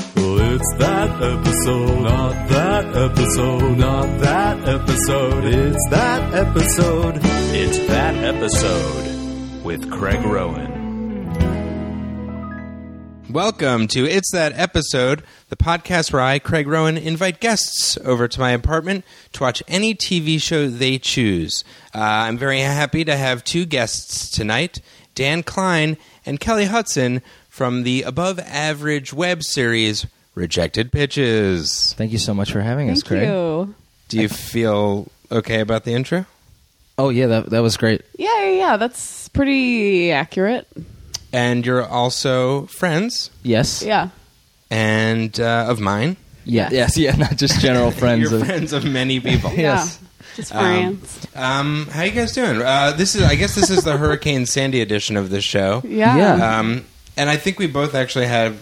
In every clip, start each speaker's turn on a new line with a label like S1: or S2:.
S1: It's that episode, not that episode, not that episode. It's that episode. It's that episode with Craig Rowan.
S2: Welcome to It's That Episode, the podcast where I, Craig Rowan, invite guests over to my apartment to watch any TV show they choose. Uh, I'm very happy to have two guests tonight Dan Klein and Kelly Hudson from the above average web series Rejected Pitches.
S3: Thank you so much for having us,
S4: Thank
S3: Craig.
S4: you.
S2: Do you feel okay about the intro?
S3: Oh yeah, that that was great.
S4: Yeah, yeah, yeah, that's pretty accurate.
S2: And you're also friends
S3: Yes.
S4: Yeah.
S2: and uh, of mine.
S3: Yeah. Yes. Yeah. Not just general friends.
S2: You're
S3: of,
S2: friends of many people.
S3: Yes.
S4: Yeah. Just friends.
S2: Um, how you guys doing? Uh, this is, I guess, this is the Hurricane Sandy edition of this show.
S4: yeah.
S3: yeah.
S2: Um, and I think we both actually have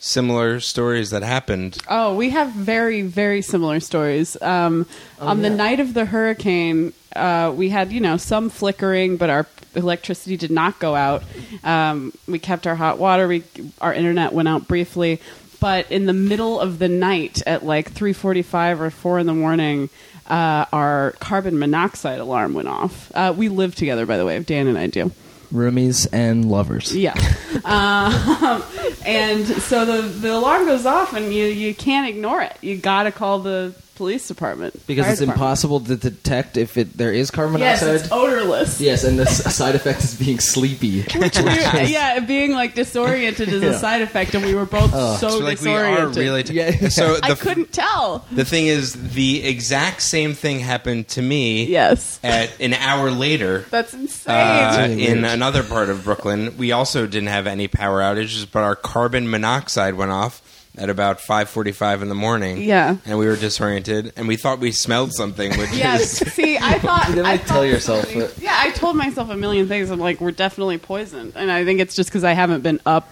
S2: similar stories that happened.
S4: Oh, we have very, very similar stories. Um, on the night of the hurricane, uh, we had, you know, some flickering, but our electricity did not go out. Um, we kept our hot water. We, our internet went out briefly. But in the middle of the night at like 3.45 or 4 in the morning, uh, our carbon monoxide alarm went off. Uh, we live together, by the way, Dan and I do.
S3: Roomies and lovers.
S4: Yeah. um, and so the, the alarm goes off, and you, you can't ignore it. You got to call the police department
S3: Because
S4: fire
S3: it's
S4: department.
S3: impossible to detect if it there is carbon
S4: Yes,
S3: monoxide.
S4: it's odorless.
S3: yes, and the s- side effect is being sleepy. Which is-
S4: yeah, being like disoriented is
S3: Yeah. Oh.
S4: a side effect, and we were both so,
S2: So, like we are
S4: disoriented.
S2: really. T-
S3: Yeah, yeah.
S2: So the,
S4: I
S2: f-
S4: couldn't tell.
S2: the thing is, the exact same thing happened to me.
S4: Yes,
S2: At an hour later.
S4: that's insane.
S2: Uh,
S3: really
S2: in
S3: weird.
S2: another part of Brooklyn, we also didn't have any power outages, but our carbon monoxide went off at about 5:45 in the morning.
S4: Yeah.
S2: and we were disoriented, and we thought we smelled something, which
S4: Yes.
S2: is
S4: See, I thought.
S3: You
S4: I
S3: definitely tell
S4: thought
S3: yourself
S4: something-
S3: that-
S4: Yeah, I told myself a million things. I'm like, we're definitely poisoned, and I think it's just because I haven't been up,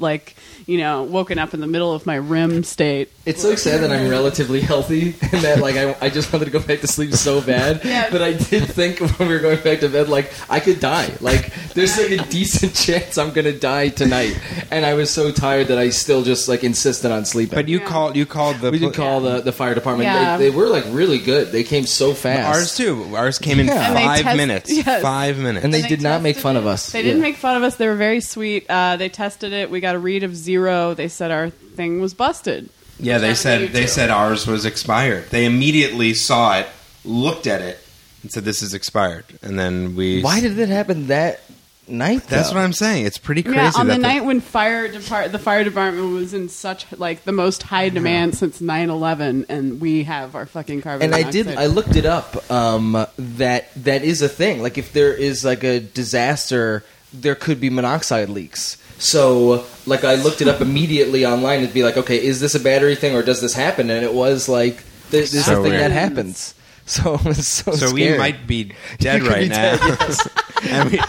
S4: like you know, woken up in the middle of my REM state.
S3: It's so sad that I'm relatively healthy and that like I, I just wanted to go back to sleep so bad.
S4: Yeah.
S3: But I did think when we were going back to bed, like I could die. Like there's like a decent chance I'm gonna die tonight. And I was so tired that I still just like insisted on sleeping.
S2: But you
S4: Yeah.
S2: called. You called the.
S3: we
S2: pol-
S3: did call the, the fire department.
S4: Yeah.
S3: They, they were like really good. They came so fast.
S2: Ours too. Ours came in
S3: Yeah.
S4: And they
S2: five
S4: test-
S2: minutes.
S4: yes.
S2: Five minutes.
S3: and they,
S4: And they
S3: did not make
S4: tested
S3: fun
S4: it.
S3: of us.
S4: They didn't
S3: Yeah.
S4: make fun of us. They were very sweet. Uh, they tested it. We got a read of zero. They said our thing was busted.
S2: yeah, they
S4: That's
S2: said
S4: what
S2: they
S4: you do.
S2: said ours was expired. They immediately saw it, looked at it, and said, "This is expired." And then we.
S3: Why did it happen that night?
S2: That's
S3: though?
S2: what I'm saying. It's pretty crazy.
S4: yeah, on
S2: that
S4: the night when fire depart the fire department was in such like the most high demand since 9-11 and we have our fucking carbon.
S3: and I did.
S4: monoxide.
S3: I looked it up. Um, that that is a thing. Like if there is like a disaster, there could be monoxide leaks. So like I looked it up immediately online and be like, okay, is this a battery thing or does this happen? And it was like th- this is
S2: So
S3: a thing
S2: weird.
S3: that happens. So it was so.
S2: So we
S3: scary.
S2: might be dead
S3: could
S2: right
S3: be
S2: now,
S3: dead, yes.
S2: and, we,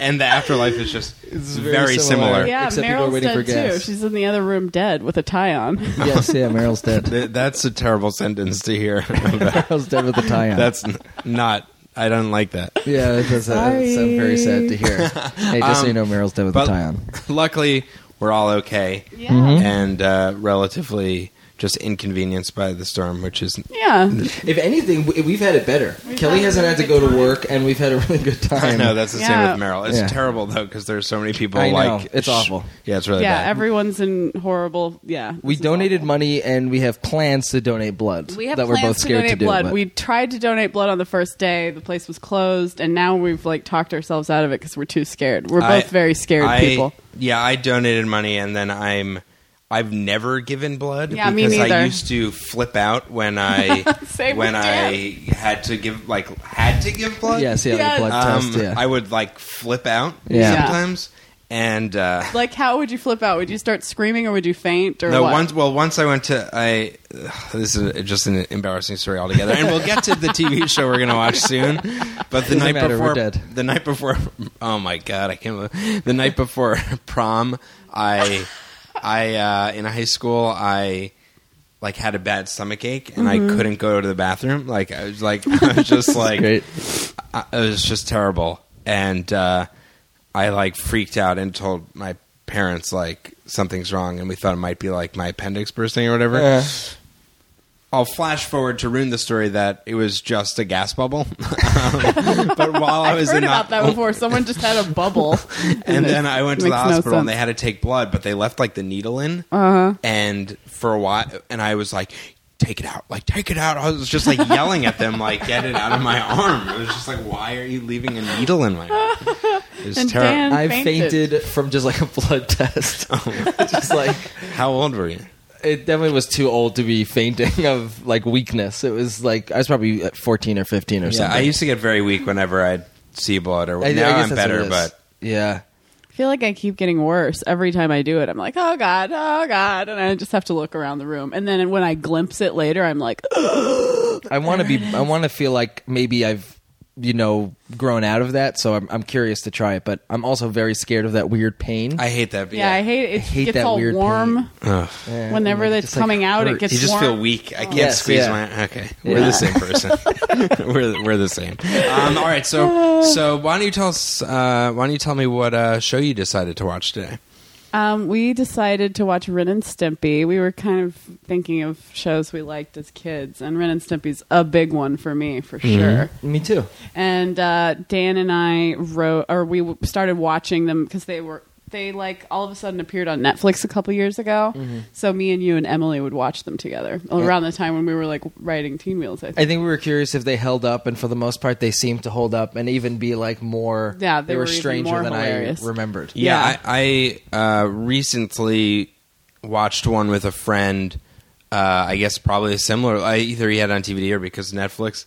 S2: and the afterlife is just
S3: It's
S2: very,
S3: very
S2: similar.
S3: similar.
S4: yeah,
S3: Except people are
S4: Meryl's
S3: waiting
S4: dead
S3: for
S4: too.
S3: gas.
S4: She's in the other room dead with a tie on.
S3: yes, yeah. Meryl's dead.
S2: Th- That's a terrible sentence to hear.
S3: Meryl's dead with the tie on.
S2: That's n- not. I don't like that.
S3: yeah. It does uh,
S4: Sorry.
S3: sound very sad to hear. Hey, just so you know, Meryl's dead with
S2: But
S3: the tie on.
S2: luckily, we're all okay
S4: yeah.
S3: Mm-hmm.
S2: and uh, relatively just inconvenienced by the storm, which is
S4: Yeah.
S3: If anything, we- we've had it better.
S4: We've
S3: Kelly
S4: had a
S3: hasn't
S4: really
S3: had to
S4: good
S3: go to
S4: time.
S3: work, and we've had a really good
S2: I
S3: time.
S2: know that's the
S4: Yeah.
S2: same with Meryl. It's
S3: Yeah.
S2: terrible though because there's so many people
S3: I know.
S2: like
S3: It's
S2: sh-
S3: awful.
S2: Yeah, it's really
S4: Yeah,
S2: bad.
S4: everyone's in horrible. Yeah.
S3: We
S4: this is
S3: donated
S4: awful.
S3: money, and we have plans to donate blood.
S4: We have
S3: that
S4: plans
S3: we're both
S4: to
S3: scared
S4: donate
S3: to, do.
S4: blood.
S3: but-
S4: We tried to donate blood on the first day. The place was closed, and now we've like talked ourselves out of it because we're too scared. We're both
S2: I-
S4: very scared
S2: I-
S4: people.
S2: Yeah, I donated money, and then I'm I've never given blood
S4: Yeah, me
S2: because I
S4: neither.
S2: used to flip out when I
S4: Same
S2: when
S4: with
S2: I had to give like had to give blood.
S3: yes, yeah,
S4: Yes.
S3: the blood
S2: um,
S3: test. Yeah,
S2: I would like flip out
S3: Yeah.
S4: Yeah.
S2: sometimes, and uh,
S4: Like, how would you flip out? Would you start screaming, or would you faint, or
S2: no
S4: what?
S2: once. Well, once I went to I. ugh, this is just an embarrassing story altogether, and we'll get to the TV show we're going to watch soon. But the
S3: Doesn't
S2: night
S3: matter,
S2: before,
S3: we're dead.
S2: the night before, oh my god, I can't. believe- The night before prom, I, I uh, in high school, I like had a bad stomach ache and
S3: Mm-hmm.
S2: I couldn't go to the bathroom. Like I was like I was just like
S3: great.
S2: I, it was just terrible, and uh, I like freaked out and told my parents like something's wrong, and we thought it might be like my appendix bursting or whatever.
S3: Yeah.
S2: I'll flash forward to ruin the story that it was just a gas bubble. Um, but while I
S4: I've
S2: was
S4: heard
S2: in
S4: about
S2: the,
S4: that before. Someone just had a bubble,
S2: and then I went to the
S4: Makes no
S2: hospital and
S4: sense.
S2: they had to take blood, but they left like the needle in, uh-huh. and for a while, and I was like, "Take it out! Like, take it out!" I was just like yelling at them, like, "Get it out of my arm!" It was just like, "Why are you leaving a needle in my arm?" It was
S4: And
S2: terrible.
S4: Dan-
S3: I
S4: fainted.
S3: fainted from just like a blood test. just like
S2: How old were you?
S3: it definitely was too old to be fainting of like weakness. It was like I was probably like, fourteen or fifteen or
S2: Yeah,
S3: something.
S2: I used to get very weak whenever I'd see blood, or
S3: I- I
S2: now
S3: guess
S2: I'm
S3: that's what
S2: better,
S3: it is.
S2: but
S3: yeah,
S4: I feel like I keep getting worse every time I do it. I'm like, oh god, oh god, and I just have to look around the room. And then when I glimpse it later, I'm like,
S3: I want to be. I want to feel like maybe I've you know grown out of that. So I'm, I'm curious to try it, but I'm also very scared of that weird pain.
S2: I hate that.
S4: yeah, I hate it. It
S3: I hate
S4: gets
S3: that
S4: all
S3: weird
S4: warm.
S2: Ugh.
S3: Yeah,
S4: Whenever
S3: and, like,
S4: it's
S3: just, like,
S4: coming out,
S3: hurt.
S4: it gets
S2: you just
S4: warm.
S2: feel weak. I can't
S3: Yes,
S2: squeeze
S3: yeah.
S2: my. Okay, we're
S3: Yeah.
S2: the same person. we're we're the same. Um, all right, so so why don't you tell us? Uh, why don't you tell me what uh, show you decided to watch today?
S4: Um, we decided to watch Ren and Stimpy. We were kind of thinking of shows we liked as kids, and Ren and Stimpy's a big one for me, for
S3: Mm-hmm.
S4: sure.
S3: Me too.
S4: And uh, Dan and I wrote, or we w- started watching them because they were they like all of a sudden appeared on Netflix a couple years ago.
S2: Mm-hmm.
S4: So me and you and Emily would watch them together around the time when we were like writing Teen Wheels. I think.
S3: I think we were curious if they held up, and for the most part, they seemed to hold up and even be like more.
S4: Yeah, they
S3: were,
S4: were even
S3: stranger
S4: more
S3: than
S4: hilarious.
S3: I remembered.
S2: Yeah,
S4: Yeah.
S2: I, I uh, recently watched one with a friend. Uh, I guess probably similar. I, either he had it on DVD or because of Netflix,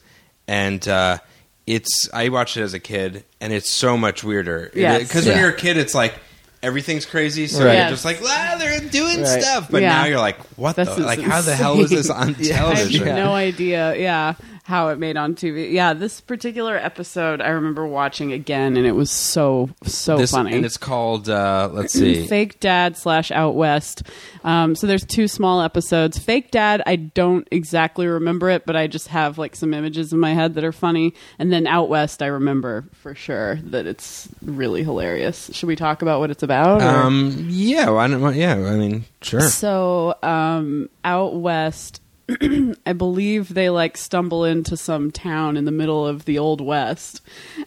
S2: and uh, it's I watched it as a kid, and it's so much weirder.
S4: Yes.
S2: because when
S3: Yeah.
S2: you're a kid, it's like. Everything's crazy, so
S3: Right.
S2: you're
S4: Yes.
S2: just like, ah, they're doing
S3: Right.
S2: stuff. But
S4: Yeah.
S2: now you're like, what
S4: This
S2: the?
S4: is
S2: Like, how the hell is this on
S4: I
S2: television?
S4: have no idea, yeah, how it made on TV. Yeah, this particular episode I remember watching again, and it was so so
S2: This-
S4: funny.
S2: And it's called, uh, let's see.
S4: Fake Dad slash Out West. Um, so there's two small episodes. Fake Dad, I don't exactly remember it, but I just have like some images in my head that are funny. And then Out West, I remember for sure that it's really hilarious. Should we talk about what it's about? or-
S2: Um, yeah, why don't, yeah, I mean, sure.
S4: so um, out west, I believe they like stumble into some town in the middle of the old west,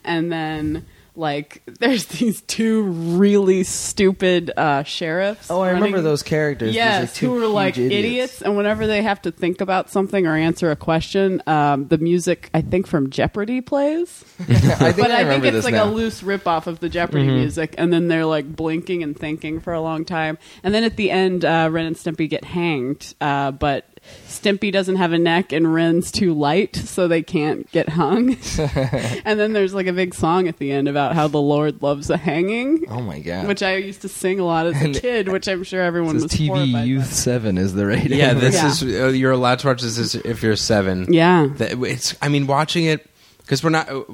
S4: and then like there's these two really stupid uh, sheriffs.
S3: Oh, I remember
S4: running-
S3: those characters. These,
S4: Yes,
S3: two
S4: who were
S3: huge
S4: like idiots. and whenever they have to think about something or answer a question, um, the music I think from Jeopardy plays
S3: I think
S4: but I, think
S3: remember
S4: it's
S3: this
S4: like
S3: now. Mm-hmm.
S4: a loose ripoff of the Jeopardy music, and then they're like blinking and thinking for a long time, and then at the end, uh, Ren and Stimpy get hanged, uh, but Stimpy doesn't have a neck, and Ren's too light, so they can't get hung. and then there's like a big song at the end about how the Lord loves a hanging,
S3: Oh my god!
S4: which I used to sing a lot as a
S3: And-
S4: kid, which I'm sure everyone
S3: This
S4: was
S3: is
S4: horrified by.
S3: TV Youth Seven is the rating.
S2: Yeah, this
S4: Yeah.
S2: is uh, you're allowed to watch this is- if you're seven.
S4: Yeah.
S2: That- it's. I mean, watching it because we're not uh,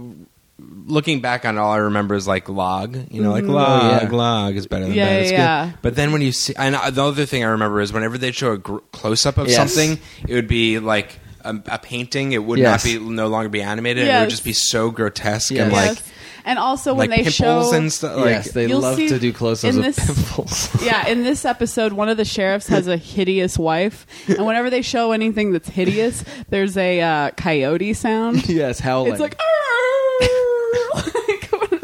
S2: looking back on. it, All I remember is like log. You know, like log,
S3: yeah.
S2: log is better than
S4: Mm-hmm. Yeah,
S2: that. It's
S4: yeah,
S2: good.
S4: yeah.
S2: But then when you see, and uh, the other thing I remember is whenever they show a gr- close up of
S3: Yes.
S2: something, it would be like. A, a painting, it would
S3: Yes.
S2: not be no longer be animated. It would
S4: Yes.
S2: just be so grotesque
S3: Yes.
S2: and like
S4: Yes. and also when
S2: like
S4: they
S2: pimples
S4: show
S2: and stuff. Like,
S3: yes, they
S4: You'll
S3: love
S4: see
S3: to do close-ups of
S4: in this-
S3: pimples.
S4: yeah, in this episode, one of the sheriffs has a hideous wife, and whenever they show anything that's hideous, there's a uh, coyote sound.
S3: yes, howling.
S4: It's like, "Arrgh!"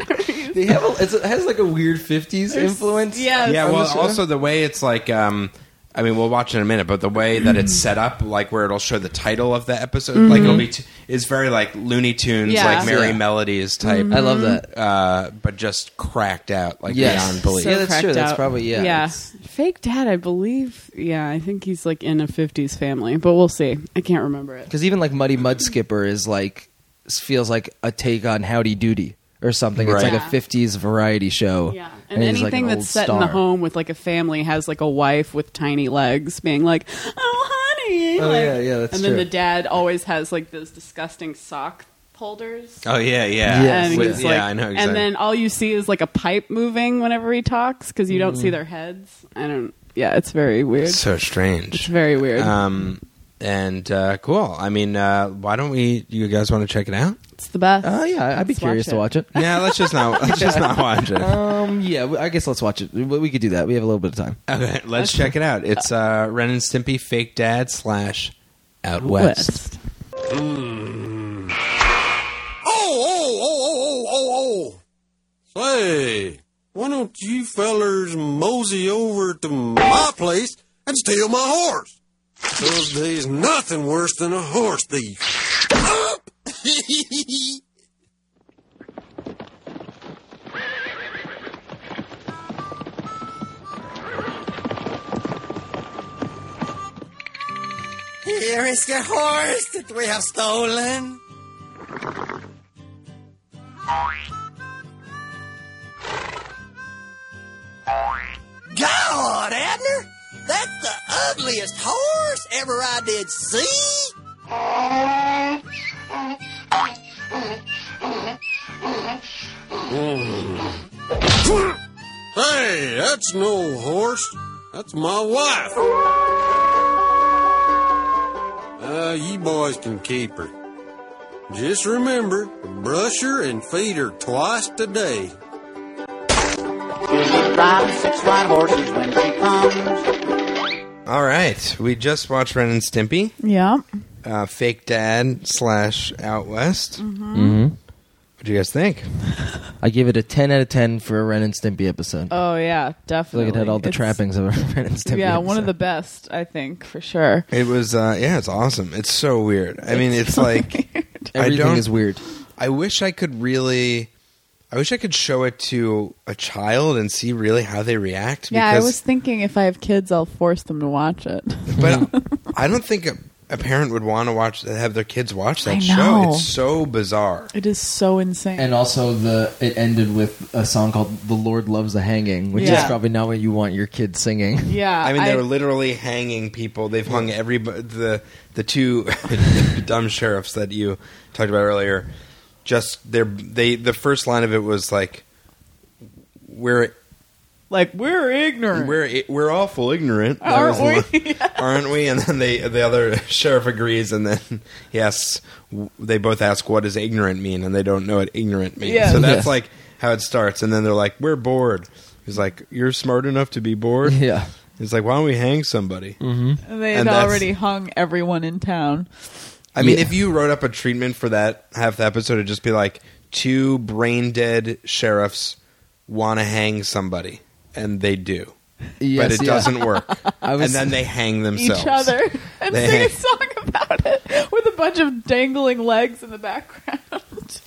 S4: like whenever you-
S3: they have a, it's, it has like a weird '50s
S4: There's-
S3: influence.
S4: yes.
S2: yeah
S3: on
S2: well
S3: the show.
S2: also the way it's like um i mean we'll watch in a minute but the way that it's set up like where it'll show the title of the episode like it'll be t- it's very like looney tunes
S4: Mm-hmm. Yeah.
S2: like merry
S3: Yeah.
S2: melodies type
S3: I
S4: mm-hmm.
S3: love that.
S2: uh but just cracked out like
S3: Yes.
S2: beyond belief
S3: Yeah, that's
S4: cracked
S3: true. That's probably- yeah,
S4: Yeah,
S3: it's-
S4: fake dad. I believe. Yeah, I think he's like in a '50s family, but we'll see. I can't remember it.
S3: Because even like Muddy Mudskipper is like s- feels like a take on Howdy Doody or something. It's
S2: Right.
S3: like
S4: Yeah.
S3: a '50s variety show.
S4: Yeah, and,
S3: he's, like,
S4: anything
S3: an
S4: that's
S3: old
S4: set in the
S3: star.
S4: home with like a family has like a wife with tiny legs being like, "Oh, honey,"
S3: Oh,
S4: like-
S3: yeah, yeah, that's
S4: and then
S3: true.
S4: the dad always has like those disgusting sock holders.
S2: oh yeah yeah
S3: Yes.
S4: And
S2: With-
S4: he's
S2: yeah
S4: like-
S2: i know exactly.
S4: And then all you see is like a pipe moving whenever he talks because you
S3: Mm-hmm.
S4: don't see their heads. I don't. Yeah, it's very weird.
S2: so strange
S3: Uh,
S4: It's very weird.
S2: um And uh, cool. I mean, uh, why don't we? You guys want to check it out?
S4: It's the best.
S3: Uh, yeah, I'd be
S4: Let's
S3: curious to watch it.
S2: Yeah, let's just not. Let's just not watch it.
S3: Um, yeah, I guess let's watch it. We we could do that. We have a little bit of time.
S2: Okay, let's check it out. It's uh, Ren and Stimpy Fake Dad slash Out West.
S4: West.
S5: oh, oh, oh, oh, oh. Say, why don't you fellers mosey over to my place and steal my horse? Those days, nothing worse than a horse thief. Up! Here is your horse that we have stolen. God, Abner, that's the ugliest horse ever I did see. Hey, that's no horse. That's my wife. Uh, you boys can keep her. Just remember, brush her and feed her twice a day.
S6: She'll drive six white horses when she comes.
S2: All right, we just watched Ren and Stimpy,
S4: Yeah.
S2: uh, Fake Dad slash Out West. Mm-hmm. What do you guys think?
S3: I give it a ten out of ten for a Ren and Stimpy episode.
S4: Oh yeah,
S3: I feel
S4: definitely.
S3: like it had all the
S4: It's-
S3: trappings of a Ren and Stimpy.
S4: Yeah, one of the
S3: episode.
S4: best, I think, for sure.
S2: It was uh, yeah, it's awesome. It's so weird. I mean, it's like I
S3: everything
S2: don't-
S3: is weird.
S2: I wish I could really. I wish I could show it to a child and see really how they react.
S4: Yeah, I
S2: because-
S4: was thinking if I have kids, I'll force them to watch it.
S2: But I don't think a, a parent would want to watch have their kids watch that
S4: I
S2: show.
S4: know.
S2: It's so bizarre.
S4: It is so insane.
S3: And also the it ended with a song called "The Lord Loves a Hanging," which is
S4: Yeah.
S3: probably not what you want your kids singing.
S4: yeah,
S2: I mean, they were literally hanging people. They've hung every the the two dumb sheriffs that you talked about earlier. Just their they the first line of it was like, "We're
S4: like we're ignorant.
S2: we're we're awful ignorant, That
S4: Aren't
S2: was the
S4: we?
S2: line. aren't we?" And then they the other sheriff agrees, and then yes, they both ask, "What does ignorant mean?" And they don't know what ignorant means.
S4: Yeah.
S2: So that's
S3: Yeah.
S2: like how it starts, and then they're like, "We're bored." He's like, "You're smart enough to be bored."
S3: Yeah.
S2: He's like, "Why don't we hang somebody?"
S4: Mm-hmm. And they had
S2: and that's-
S4: already hung everyone in town.
S2: I mean,
S3: Yeah.
S2: if you wrote up a treatment for that half the episode, it'd just be like two brain dead sheriffs want to hang somebody, and they do,
S3: Yes,
S2: but it
S3: yeah.
S2: doesn't work.
S3: I was-
S2: and then they hang themselves.
S4: Each other and
S2: They-
S4: sing a song about it with a bunch of dangling legs in the background.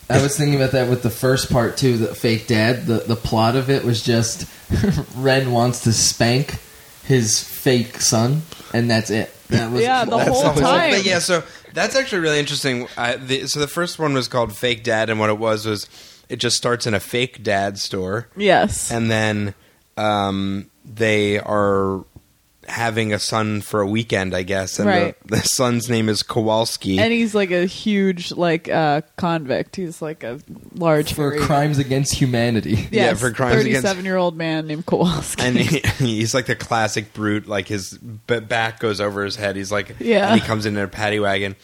S3: I was thinking about that with the first part too. The fake dad. The the plot of it was just Ren wants to spank his fake son, and that's it. That was
S4: Yeah, the
S3: that's
S4: whole
S3: all-
S4: time.
S2: But yeah, so that's actually really interesting. I, the, so the first one was called Fake Dad, and what it was was it just starts in a fake dad store,
S4: Yes.
S2: and then um, they are having a son for a weekend, I guess, and
S4: Right.
S2: the, the son's name is Kowalski.
S4: and he's like a huge like uh convict. He's like a large
S3: for
S4: hairy-
S3: crimes against humanity.
S2: Yeah,
S4: Yes,
S2: for crimes against-
S4: year old man named Kowalski.
S2: and he, he's like the classic brute. Like his b- back goes over his head. He's like,
S4: Yeah.
S2: And he comes in in a paddy wagon,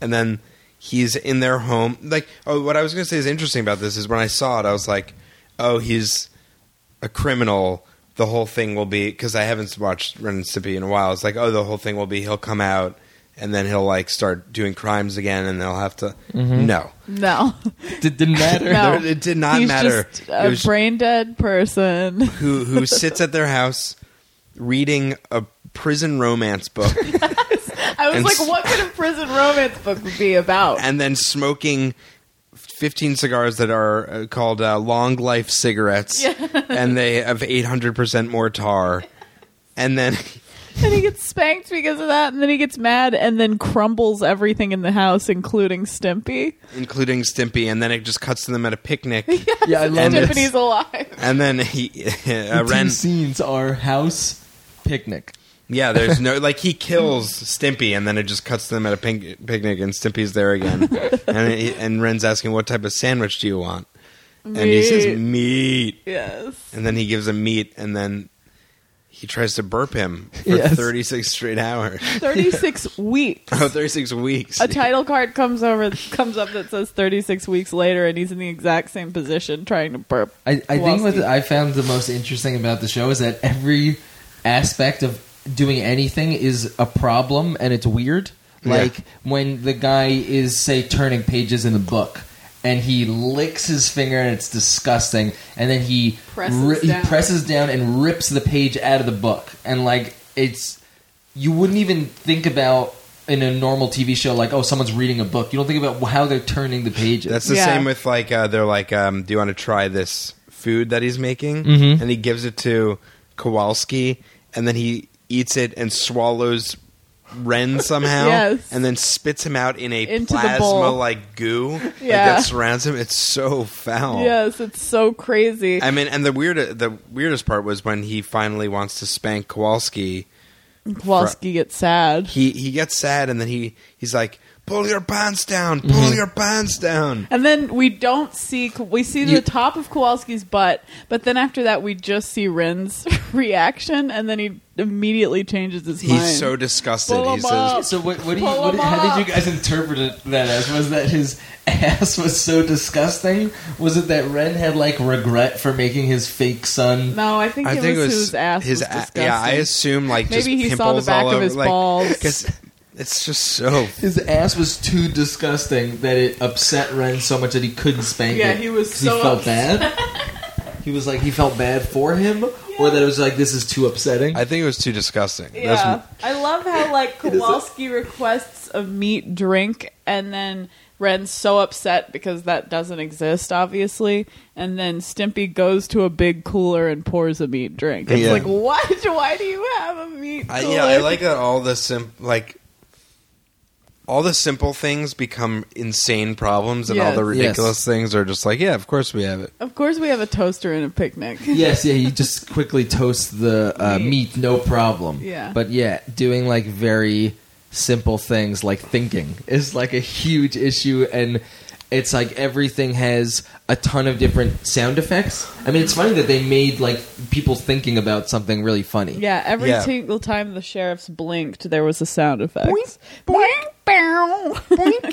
S2: and then he's in their home. Like, oh, what I was gonna say is interesting about this is when I saw it, I was like, oh, he's a criminal. The whole thing will be because I haven't watched Ren and Stimpy in a while. It's like, oh, the whole thing will be he'll come out and then he'll like start doing crimes again, and they'll have to no.
S4: no,
S3: Did, didn't matter.
S4: no,
S2: There- it did not
S4: He's
S2: matter.
S4: Just
S2: It
S4: a
S2: was-
S4: brain dead person.
S2: who who sits at their house reading a prison romance book
S4: I was
S2: And
S4: like,
S2: s-
S4: what could a prison romance book be about?
S2: and then smoking 15 cigars that are uh, called uh, long life cigarettes and they have 800% more tar and then
S4: and he gets spanked because of that, and then he gets mad, and then crumbles everything in the house, including Stimpy.
S2: including stimpy and then it just cuts to them at a picnic
S3: Yeah, I love
S2: And
S3: it.
S4: Tiffany's alive.
S2: and then he uh,
S3: The two
S2: ren
S3: scenes are house picnic.
S2: yeah there's no like he kills stimpy and then it just cuts to them at a pink, picnic and stimpy's there again and, he, and ren's asking what type of sandwich do you want and he says
S4: Meat.
S2: meat
S4: Yes.
S2: and then he gives him meat, and then he tries to burp him for
S3: Yes.
S2: 36 straight hours.
S4: 36 weeks.
S2: Oh, 36 weeks.
S4: A title card comes over, comes up that says 36 weeks later, and he's in the exact same position trying to burp.
S3: I, I think what
S4: Kowalski.
S3: I found the most interesting about the show is that every aspect of doing anything is a problem and it's weird. Like when the guy is, say, turning pages in the book and he licks his finger and it's disgusting, and then he,
S4: Presses
S3: he
S4: down.
S3: presses down and rips the page out of the book. And like it's. You wouldn't even think about in a normal TV show, like, oh, someone's reading a book. You don't think about how they're turning the pages.
S2: That's the
S4: Yeah.
S2: same with like uh, they're like, um, do you want to try this food that he's making?
S4: Mm-hmm.
S3: Mhm.
S2: And he gives it to Kowalski, and then he eats it and swallows Ren somehow,
S4: Yes.
S2: and then spits him out in a
S4: Into the
S2: plasma
S4: bowl.
S2: like goo like,
S4: Yeah.
S2: that surrounds him. It's so foul.
S4: Yes, it's so crazy.
S2: I mean, and the weird, the weirdest part was when he finally wants to spank Kowalski.
S4: Kowalski gets sad.
S2: He he gets sad, and then he he's like, "Pull your pants down, pull your pants down."
S4: And then we don't see, we see the
S3: You-
S4: top of Kowalski's butt, but then after that, we just see Ren's reaction, and then he immediately changes his
S2: He's
S4: mind.
S2: so disgusted.
S4: Pull
S2: he
S4: him
S2: says,
S4: up.
S3: So what? What, do you,
S4: Pull
S3: what
S4: him
S3: how did
S4: up.
S3: you guys interpret it, that as? Was that his ass was so disgusting? Was it that Ren had like regret for making his fake son?
S4: No, I think,
S2: I
S4: it,
S2: think
S4: was his ass.
S2: his
S4: was
S2: a-
S4: disgusting.
S2: yeah. I assume like just
S4: Maybe he saw the
S2: pimples
S4: back
S2: all
S4: of
S2: over,
S4: his
S2: like,
S4: balls.
S2: 'cause it's just so.
S3: His ass was too disgusting that it upset Ren so much that he couldn't spank
S4: Yeah,
S3: it.
S4: he was
S3: 'Cause
S4: so
S3: he felt bad. he was like he felt bad for him, or that it was like this is too upsetting.
S2: I think it was too disgusting. That's-
S4: Yeah, I love how like Kowalski requests a meat drink, and then Ren's so upset because that doesn't exist, obviously. And then Stimpy goes to a big cooler and pours a meat drink. It's
S2: Yeah.
S4: like, what? Why do you have a meat?
S2: I,
S4: Cooler?
S2: yeah, I like that all the sim like all the simple things become insane problems, and all the
S4: Yes.
S3: Yes.
S2: ridiculous things are just like, yeah, of course we have it.
S4: Of course, we have a toaster and a picnic.
S3: yes, yeah, he just quickly toasts the uh, meat, no problem.
S4: Yeah.
S3: But yeah, doing like very simple things like thinking is like a huge issue and it's like everything has a ton of different sound effects. I mean, it's funny that they made like people thinking about something really funny.
S4: Yeah, every
S2: Yeah.
S4: single time the sheriffs blinked, there was a sound effect.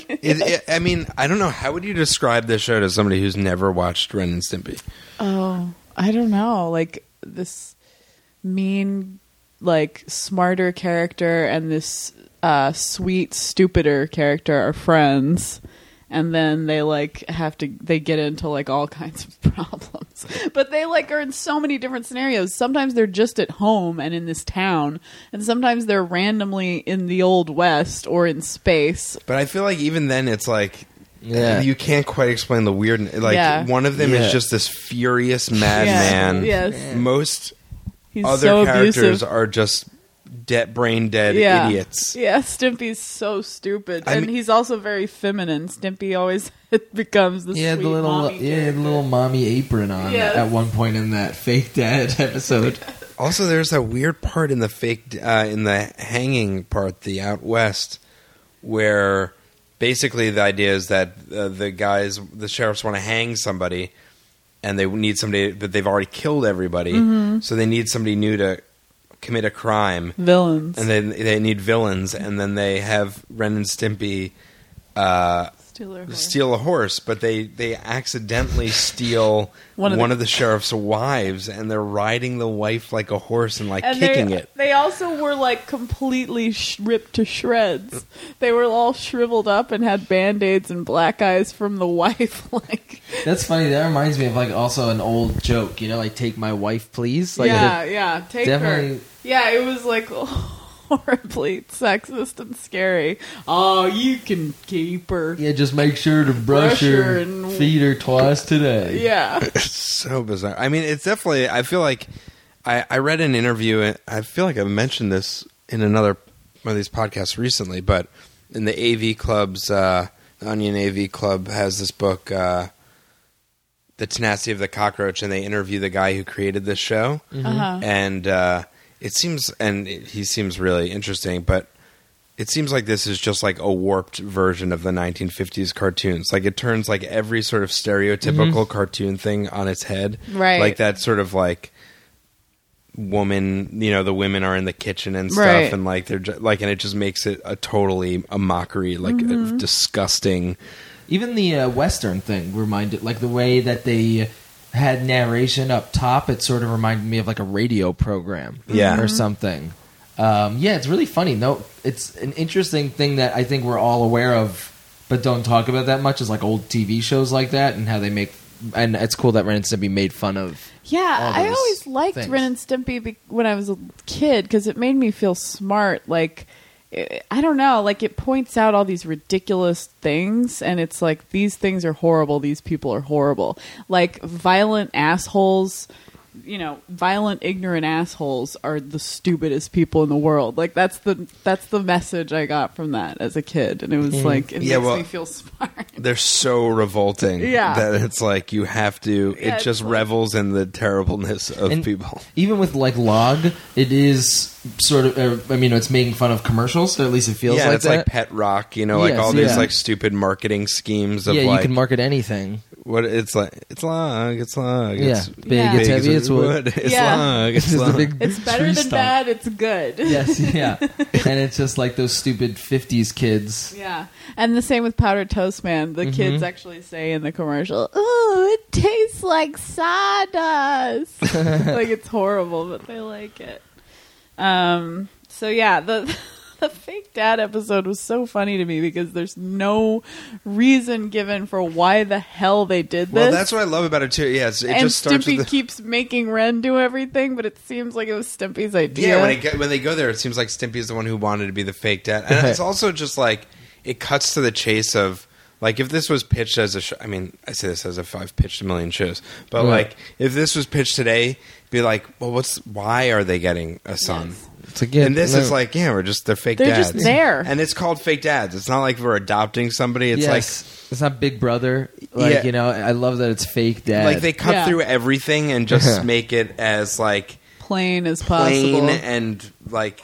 S2: It- it- I mean, I don't know. How would you describe this show to somebody who's never watched Ren and Stimpy?
S4: Oh, I don't know. Like this mean, like smarter character and this uh, sweet, stupider character are friends, and then they like have to they get into like all kinds of problems. But they like are in so many different scenarios. Sometimes they're just at home and in this town, and sometimes they're randomly in the old west or in space.
S2: But I feel like even then, it's like.
S3: Yeah.
S2: You can't quite explain the weird. Like
S4: Yeah.
S2: one of them
S3: Yeah.
S2: is just this furious madman.
S4: Yeah. Yes.
S2: Most
S4: He's
S2: other
S4: so
S2: characters
S4: abusive.
S2: are just de- brain dead
S4: yeah.
S2: idiots.
S4: Yeah, Stimpy's so stupid,
S2: I
S4: and
S2: mean-
S4: he's also very feminine. Stimpy always becomes the
S3: Yeah,
S4: sweet
S3: the little
S4: mommy
S3: yeah, the
S4: character.
S3: little mommy apron on
S4: Yes.
S3: at one point in that fake dad episode.
S2: Also, there's that weird part in the fake uh, in the hanging part, the out west, where basically the idea is that uh, the guys, the sheriffs, want to hang somebody, and they need somebody, but they've already killed everybody,
S4: Mm-hmm.
S2: so they need somebody new to commit a crime,
S4: villains.
S2: and then they need villains, and then they have Ren and Stimpy uh,
S4: Stealer whore.
S2: steal a horse, but they they accidentally steal
S4: One
S2: one
S4: of
S2: of,
S4: the-
S2: the, sheriff's wives, and they're riding the wife like a horse and like
S4: and
S2: kicking
S4: they,
S2: it.
S4: they also were like completely sh- ripped to shreds. They were all shriveled up and had band aids and black eyes from the wife. Like,
S3: That's funny. That reminds me of like also an old joke, you know, like take my wife please. Like
S4: yeah, yeah, take her.
S3: Definitely-
S4: Yeah, it was like horribly sexist and scary. Oh, you can keep her.
S3: Yeah, just make sure to brush,
S4: Brush
S3: her,
S4: her and-
S3: feed her twice today.
S4: Yeah.
S2: so bizarre. I mean, it's definitely. I feel like I, I read an interview. and I feel like I've mentioned this in another one of these podcasts recently, but in the AV clubs, uh, the Onion AV Club has this book, uh, "The Tenacity of the Cockroach," and they interview the guy who created this show,
S4: Uh-huh.
S2: and uh, it seems, and it- he seems really interesting, but. It seems like this is just like a warped version of the 1950s cartoons. Like it turns like every sort of stereotypical cartoon thing on its head.
S4: Right.
S2: Like that sort of like woman, you know, the women are in the kitchen and stuff,
S4: Right.
S2: and like they're ju- like, and it just makes it a totally a mockery, like
S4: Mm-hmm.
S2: a disgusting.
S3: Even the uh, Western thing reminded, like the way that they had narration up top, it sort of reminded me of like a radio program,
S2: Yeah.
S3: or
S2: Mhm.
S3: something. Um, yeah, it's really funny. No, it's an interesting thing that I think we're all aware of, but don't talk about that much. Is like old TV shows like that and how they make, and it's cool that Ren and Stimpy made fun of.
S4: Yeah,
S3: all
S4: I
S3: those
S4: always liked
S3: things.
S4: Ren and Stimpy be- when I was a kid because it made me feel smart. Like, eh, I don't know, like it points out all these ridiculous things, and it's like these things are horrible. These people are horrible. Like violent assholes. You know, violent, ignorant assholes are the stupidest people in the world. Like that's the that's the message I got from that as a kid, and it was
S3: Mm-hmm.
S4: like it
S2: Yeah,
S4: makes
S2: well-
S4: me feel smart.
S2: They're so revolting
S4: Yeah.
S2: that it's like you have to.
S4: Yeah,
S2: it
S4: it's
S2: just
S4: like-
S2: revels in the terribleness of
S3: And
S2: people.
S3: Even with like log, it is sort of. Uh, I mean, it's making fun of commercials, or at least it feels
S2: yeah,
S3: like
S2: it's
S3: that.
S2: like Pet Rock, you know, like
S3: Yes,
S2: all these
S3: yeah.
S2: like stupid marketing schemes of
S3: yeah,
S2: like
S3: you can market anything.
S2: what it's like. It's long, it's long,
S3: Yeah.
S2: it's
S3: Big, it's heavy, it's wood.
S2: It's
S4: Yeah.
S2: long, it's
S3: This is the
S2: long.
S3: big
S4: It's better
S3: tree
S4: than
S3: stump.
S4: bad. It's good.
S3: Yes, yeah. and it's just like those stupid 50s kids.
S4: Yeah, and the same with powdered toast, man.
S2: Mm-hmm.
S4: The kids actually say in the commercial, "Ooh, it tastes like sawdust." like it's horrible, but they like it. Um. So yeah, the the fake dad episode was so funny to me because there's no reason given for why the hell they did this.
S2: Well, that's what I love about it too. Yes, it
S4: and
S2: just starts
S4: Stimpy
S2: with the,
S4: keeps making Ren do everything, but it seems like it was Stimpy's idea.
S2: Yeah, when, it go, when they go there, it seems like Stimpy is the one who wanted to be the fake dad, and
S3: Right.
S2: it's also just like it cuts to the chase of like if this was pitched as a show. I mean, I say this as if I've pitched a million shows, but
S3: Right.
S2: like if this was pitched today, be like, well, what's why are they getting a son?
S3: It's like, yeah,
S2: and this
S3: no.
S2: is like, yeah, we're just they're fake
S4: They're
S2: dads.
S4: just there.
S2: and it's called fake dads. It's not like we're adopting somebody. It's like
S3: Yes. it's not Big Brother. Like,
S2: Yeah.
S3: you know, I love that it's fake dad.
S2: like they cut
S4: Yeah.
S2: through everything and just
S3: Uh-huh.
S2: make it as like
S4: plain as
S2: plain
S4: possible.
S2: and like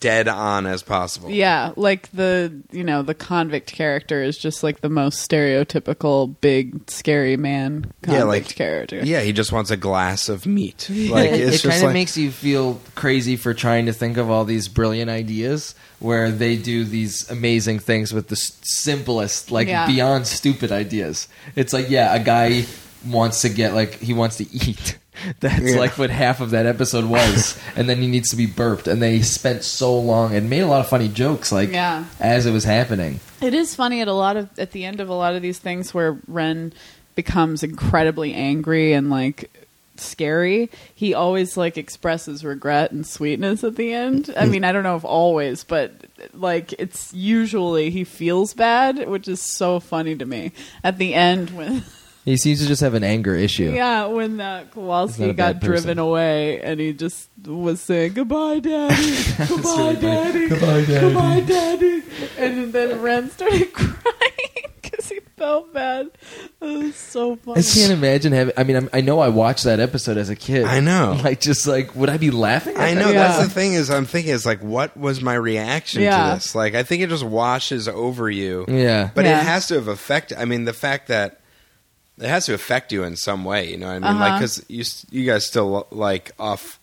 S2: dead on as possible.
S4: Yeah, like the you know the convict character is just like the most stereotypical big scary man convict
S2: Yeah, like-
S4: character.
S2: Yeah, he just wants a glass of meat. Like
S3: it,
S2: it's
S3: it
S2: just
S3: kind of
S2: like
S3: makes you feel crazy for trying to think of all these brilliant ideas where they do these amazing things with the s- simplest, like
S4: Yeah.
S3: beyond stupid ideas. It's like, yeah, a guy wants to get like he wants to eat. That's
S2: Yeah.
S3: like what half of that episode was, and then he needs to be burped. And they spent so long and made a lot of funny jokes, like
S4: Yeah.
S3: as it was happening.
S4: It is funny at a lot of at the end of a lot of these things where Ren becomes incredibly angry and like scary. He always like expresses regret and sweetness at the end. I mean, I don't know if always, but like it's usually he feels bad, which is so funny to me. At the end when
S3: He seems to just have an anger issue.
S4: Yeah, when uh,
S3: He's not
S4: Kowalski
S3: a
S4: got
S3: bad person.
S4: driven away and he just was saying, Goodbye, Daddy. Goodbye, Daddy.
S3: Goodbye, Daddy."
S4: Goodbye, Daddy. And then Ren started crying because he felt bad. It was so
S3: I
S4: funny.
S3: can't imagine having. I mean, I'm, I know I watched that episode as a kid.
S2: I know.
S3: Like, just like, would I be laughing? At
S2: I know
S3: That?
S2: that's
S4: Yeah.
S2: the thing is I'm thinking is like what was my reaction
S4: Yeah.
S2: to this? Like I think it just washes over you.
S3: Yeah.
S2: But
S4: Yeah.
S2: it has to have affected I mean the fact that it has to affect you in some way, you know what I mean?
S4: Uh-huh.
S2: Like 'cause Like cuz you s- you guys still like off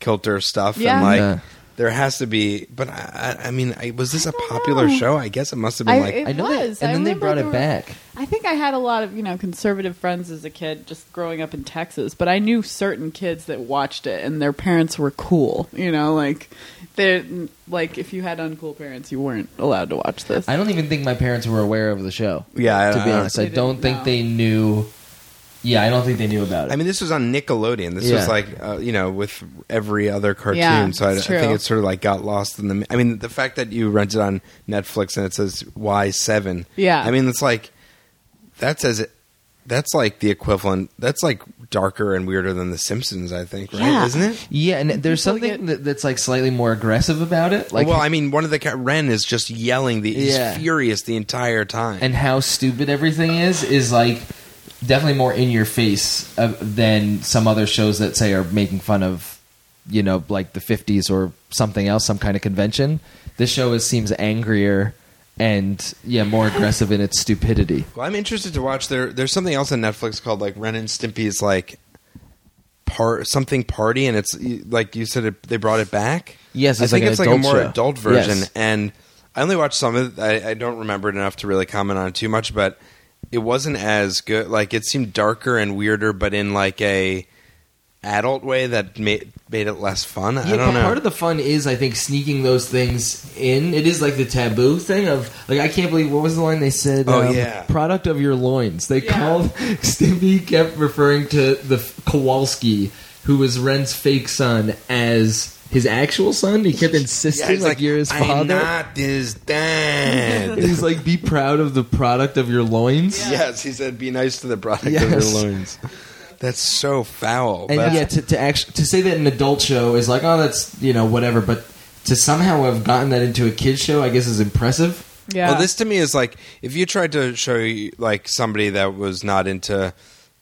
S2: kilter stuff
S4: Yeah.
S2: and like
S3: Yeah.
S2: there has to be but I I I mean I, was this a popular
S4: know.
S2: show? I guess it must have been
S4: I,
S2: like
S4: it
S3: I know that-
S4: was.
S3: and
S4: I
S3: then they
S4: remember
S3: brought it
S4: there were-
S3: back.
S4: I think I had a lot of you know conservative friends as a kid, just growing up in Texas. But I knew certain kids that watched it, and their parents were cool. You know, like they're like if you had uncool parents, you weren't allowed to watch this.
S3: I don't even think my parents were aware of the show.
S2: Yeah, I-
S3: to be
S2: I-
S3: honest, I
S4: They
S3: don't
S4: didn't
S3: think
S4: know.
S3: they knew. Yeah, I don't think they knew about it.
S2: I mean, this was on Nickelodeon. This
S3: Yeah.
S2: was like uh, you know with every other cartoon.
S4: Yeah,
S2: so I, I
S4: it's true.
S2: think it sort of like got lost in the. I mean, the fact that you rent it on Netflix and it says Y seven.
S4: Yeah.
S2: I mean, it's like that says it. That's like the equivalent. That's like darker and weirder than The Simpsons. I think, right?
S4: Yeah.
S2: Isn't it?
S3: yeah, and there's
S4: People
S3: something
S4: get-
S3: that, that's like slightly more aggressive about it. Like,
S2: well, I mean, one of the ca- Ren is just yelling. The, he's
S3: Yeah.
S2: furious the entire time.
S3: and how stupid everything is is like definitely more in your face uh, than some other shows that say are making fun of you know like the 50s or something else some kind of convention this show is seems angrier and yeah more aggressive in its stupidity
S2: Well, I'm interested to watch. There, there's something else on Netflix called like Ren and Stimpy's like part something party, and it's like you said, it, they brought it back.
S3: Yes,
S2: I
S3: it's
S2: think
S3: like an
S2: it's like a
S3: adult
S2: more
S3: show.
S2: adult version,
S3: Yes.
S2: and I only watched some of it. I, I don't remember it enough to really comment on it too much, but it wasn't as good. Like it seemed darker and weirder, but in like a adult way that made made it less fun. I
S3: Yeah,
S2: don't
S3: but
S2: know.
S3: part of the fun is, I think, sneaking those things in. It is like the taboo thing of, like, I can't believe what was the line they said? um,
S2: Oh, yeah.
S3: product of your loins. They
S4: Yeah.
S3: called Stimpy kept referring to the f- Kowalski, who was Ren's fake son, as his actual son. He kept insisting
S2: Yeah, he's
S3: like, you're his
S2: I'm
S3: father.
S2: not his dad.
S3: And he's like, be proud of the product of your loins.
S2: Yes, he said, "Be nice to the product of your
S3: Yes.
S2: loins." That's so foul.
S3: And
S2: That's-
S3: yeah, to, to actually to say that in an adult show is like, oh, that's you know whatever. But to somehow have gotten that into a kids show, I guess is impressive.
S4: Yeah.
S2: Well, this to me is like if you tried to show you, like somebody that was not into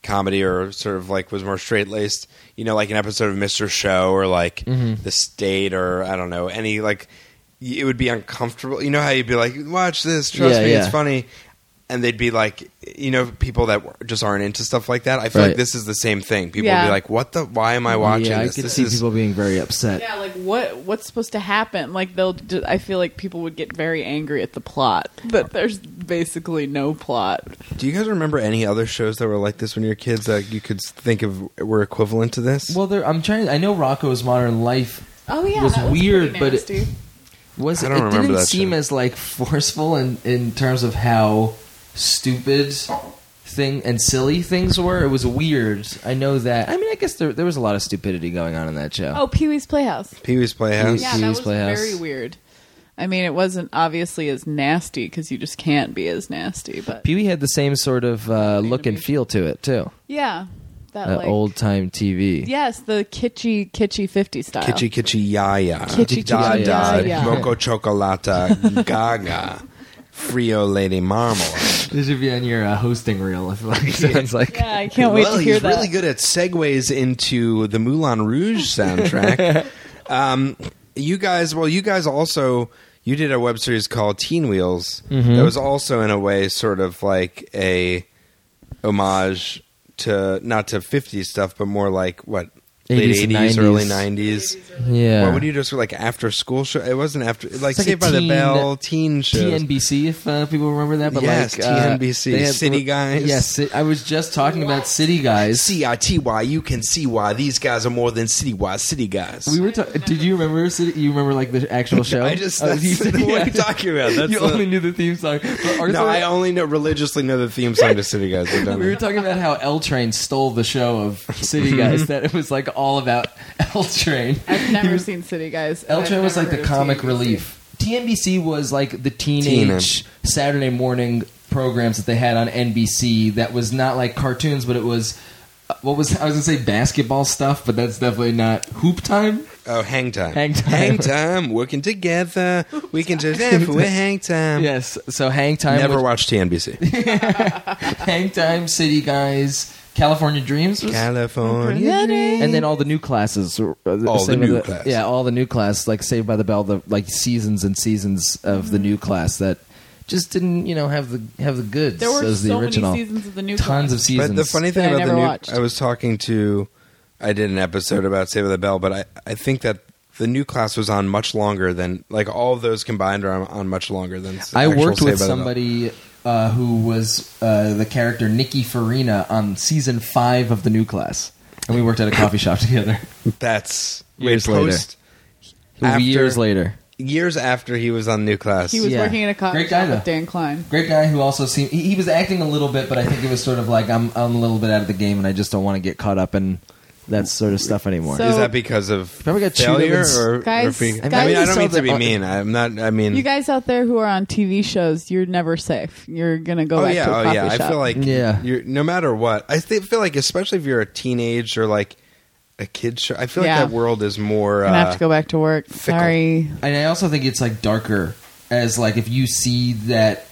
S2: comedy or sort of like was more straight laced, you know, like an episode of Mr. Show or like
S3: Mm-hmm.
S2: The State or I don't know any like y- it would be uncomfortable. You know how you'd be like, watch this, trust
S3: Yeah,
S2: me,
S3: yeah.
S2: it's funny. And they'd be like, you know, people that were- just aren't into stuff like that. I feel like
S3: Right.
S2: this is the same thing. People
S4: Yeah.
S2: would be like, "What the? Why am I watching
S3: Yeah,
S2: this?
S3: I could
S2: this
S3: see
S2: is-
S3: people being very upset.
S4: yeah, like what what's supposed to happen? Like they'll d- I feel like people would get very angry at the plot, but there's basically no plot.
S2: Do you guys remember any other shows that were like this when you were kids that you could think of were equivalent to this?
S3: Well, there, I'm trying. I know Rocco's Modern Life
S4: Oh yeah,
S3: Was that was weird, pretty but it-
S4: it,
S3: nasty. was.
S2: I don't
S3: it
S2: remember
S3: didn't
S2: that
S3: seem
S2: show.
S3: as like forceful in in terms of how stupid thing and silly things were. It was weird. I know that. I mean, I guess there there was a lot of stupidity going on in that show.
S4: oh Pee Wee's Playhouse.
S2: Pee Wee's Playhouse.
S4: Yeah,
S3: Pee
S4: that
S3: Wee's
S4: was
S3: Playhouse.
S4: very weird. I mean, it wasn't obviously as nasty because you just can't be as nasty, but
S3: Pee Wee had the same sort of uh, look and feel to it too.
S4: yeah, that
S3: Uh,
S4: like
S3: Old time TV.
S4: yes, the kitschy kitschy fifty style.
S2: Kitchy kitchy ya ya.
S4: Kitschy,
S2: da
S3: kitschy,
S2: da.
S3: ya, ya.
S2: Moco chocolata. gaga. Frio lady marmalade.
S3: This should be on your uh, hosting reel. If like, sounds like
S4: Yeah, I can't wait
S2: well,
S4: to hear
S2: he's
S4: that.
S2: really good at segues into the Moulin Rouge soundtrack. um, you guys, well, you guys also you did a web series called Teen Wheels
S3: Mm-hmm.
S2: that was also in a way sort of like a homage to not to 50s stuff, but more like what
S3: 80s
S2: late
S3: and
S2: 80s, early 90s.
S3: 90s. yeah.
S2: What would you just like after school show? It wasn't after like
S3: It's like a
S2: Saved by the
S3: teen-
S2: Bell teen shows.
S3: TNBC, if uh, people remember that. But
S2: Yes,
S3: like uh,
S2: TNBC,
S3: they had-
S2: City Guys.
S3: Yes, ci- I was just talking about City Guys.
S2: C I T Y. You can see why these guys are more than city wise city guys.
S3: We were. Ta- did you remember City? You remember like the actual show?
S2: I just
S3: Oh,
S2: that's
S3: you said-
S2: what are you
S3: yeah.
S2: talking about? That's
S3: You
S2: the-
S3: only knew the theme song. But Arthur,
S2: no, I only know religiously know the theme song to City Guys. I don't
S3: we were
S2: know.
S3: talking about how L Train stole the show of City Guys. that it was like all about L Train.
S4: I've never seen City Guys.
S3: L
S4: I've
S3: Train was
S4: never
S3: like the
S4: heard of
S3: comic
S4: TNBC.
S3: relief. TNBC was like the teenage Saturday morning programs that they had on NBC that was not like cartoons, but it was uh, what was I was gonna say basketball stuff, but that's definitely not hoop time.
S2: Oh, hang time,
S3: Hang time.
S2: hang time. Working together, we can just F with hang time.
S3: Yes, so hang time,
S2: Never
S3: was-
S2: watched TNBC.
S3: hang time, City Guys, California Dreams, was,
S2: California.
S3: and then all the new classes. uh, All
S2: All the new class.
S3: yeah, all the new class, like Saved by the Bell, the like seasons and seasons of the new class that just didn't you know have the have the goods
S4: There were
S3: as the
S4: so
S3: original.
S4: many seasons of the new
S3: tons of
S4: Class.
S3: seasons.
S2: But the funny thing
S4: That I
S2: about the
S4: never
S2: new,
S4: watched.
S2: I was talking to, I did an episode about Save the Bell, but I, I think that the new class was on much longer than like all of those combined are on, on much longer than. s-
S3: I
S2: actual
S3: worked
S2: Saved
S3: with
S2: by the Bell.
S3: somebody uh, who was uh, the character Nikki Farina on season five of the new class, and we worked at a coffee shop together.
S2: That's
S3: Years
S2: wait,
S3: later.
S2: post- After-
S3: Years later,
S2: years after he was on New Class.
S4: He was
S3: Yeah.
S4: working in a comic
S3: Great guy,
S4: shop with
S3: though.
S4: Dan Klein.
S3: great guy who also seemed he, he was acting a little bit, but I think it was sort of like I'm I'm a little bit out of the game, and I just don't want to get caught up in that sort of stuff anymore.
S4: So-
S2: Is that because of
S3: Remember we got chewed up
S2: failure
S3: and-
S2: or,
S4: Guys,
S2: or fe-
S4: guys,
S2: I mean, I don't
S3: we
S2: mean
S3: saw
S2: to be
S3: the-
S2: mean. I'm not. I mean,
S4: You guys out there who are on TV shows, you're never safe. You're gonna go
S2: oh
S4: back
S2: yeah,
S4: to a
S2: oh
S4: coffee
S2: yeah.
S4: shop.
S2: I feel like
S3: Yeah.
S2: You're, no matter what, I thi- feel like especially if you're a teenage or like a kid show, I feel
S4: Yeah.
S2: like that world is more.
S4: I'm gonna
S2: uh,
S4: have to go back to work. Sorry.
S3: and I also think it's like darker as like if you see that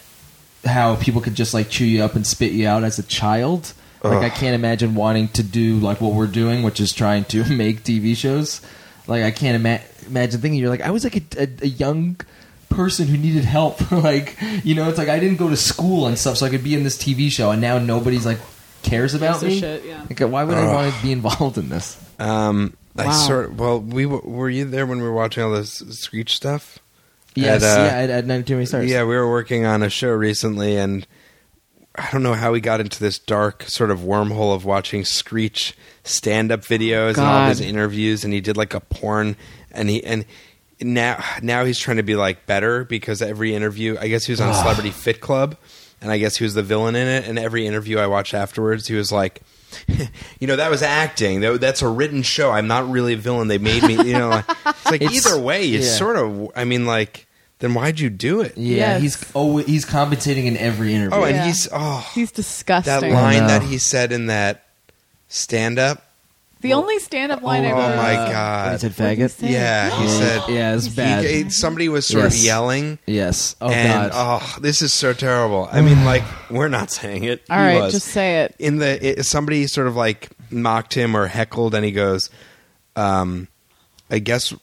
S3: how people could just like chew you up and spit you out as a child. Like I can't imagine wanting to do like what we're doing, which is trying to make TV shows. Like I can't ima- imagine thinking you're like I was like a, a, a young person who needed help. like you know, it's like I didn't go to school and stuff, so I could be in this TV show, and now nobody's like cares about
S4: Gives a
S3: me.
S4: shit, yeah.
S3: Like, why would I want to be involved in this?
S2: Um, I
S4: Wow.
S2: sort well, we were, were you there when we were watching all this Screech stuff?
S3: Yes,
S2: At, uh,
S3: yeah, at, at 92 many stars.
S2: Yeah, we were working on a show recently, and I don't know how we got into this dark sort of wormhole of watching Screech stand-up videos and all
S4: God.
S2: his interviews, and he did like a porn, and he and now now he's trying to be like better because every interview, I guess he was on Celebrity Fit Club, and I guess he was the villain in it, and every interview I watched afterwards, he was like. You know that was acting. That, that's a written show. I'm not really a villain. They made me. You know, like, it's like
S3: It's-
S2: either way, it's
S3: yeah.
S2: sort of. I mean, like, then why'd you do it?
S3: Yeah,
S4: Yes.
S3: he's oh, he's compensating in every interview.
S2: Oh, and
S4: Yeah.
S2: he's oh
S4: He's disgusting.
S2: that line
S3: no.
S2: that he said in that stand up.
S4: the only stand-up line
S2: Oh
S4: I remember.
S2: my
S3: When
S2: god!
S3: he said faggot.
S4: say?
S2: Yeah, he said.
S3: Yeah, Oh. it's
S2: he-
S3: bad.
S2: he- somebody was sort of
S3: Yes.
S2: yelling.
S3: yes. Oh
S2: and,
S3: god.
S2: Oh, this is so terrible. I mean, like we're not saying it.
S4: All
S2: He
S4: right,
S2: was.
S4: just say it.
S2: in the it, somebody sort of like mocked him or heckled, and he goes, um, "I guess,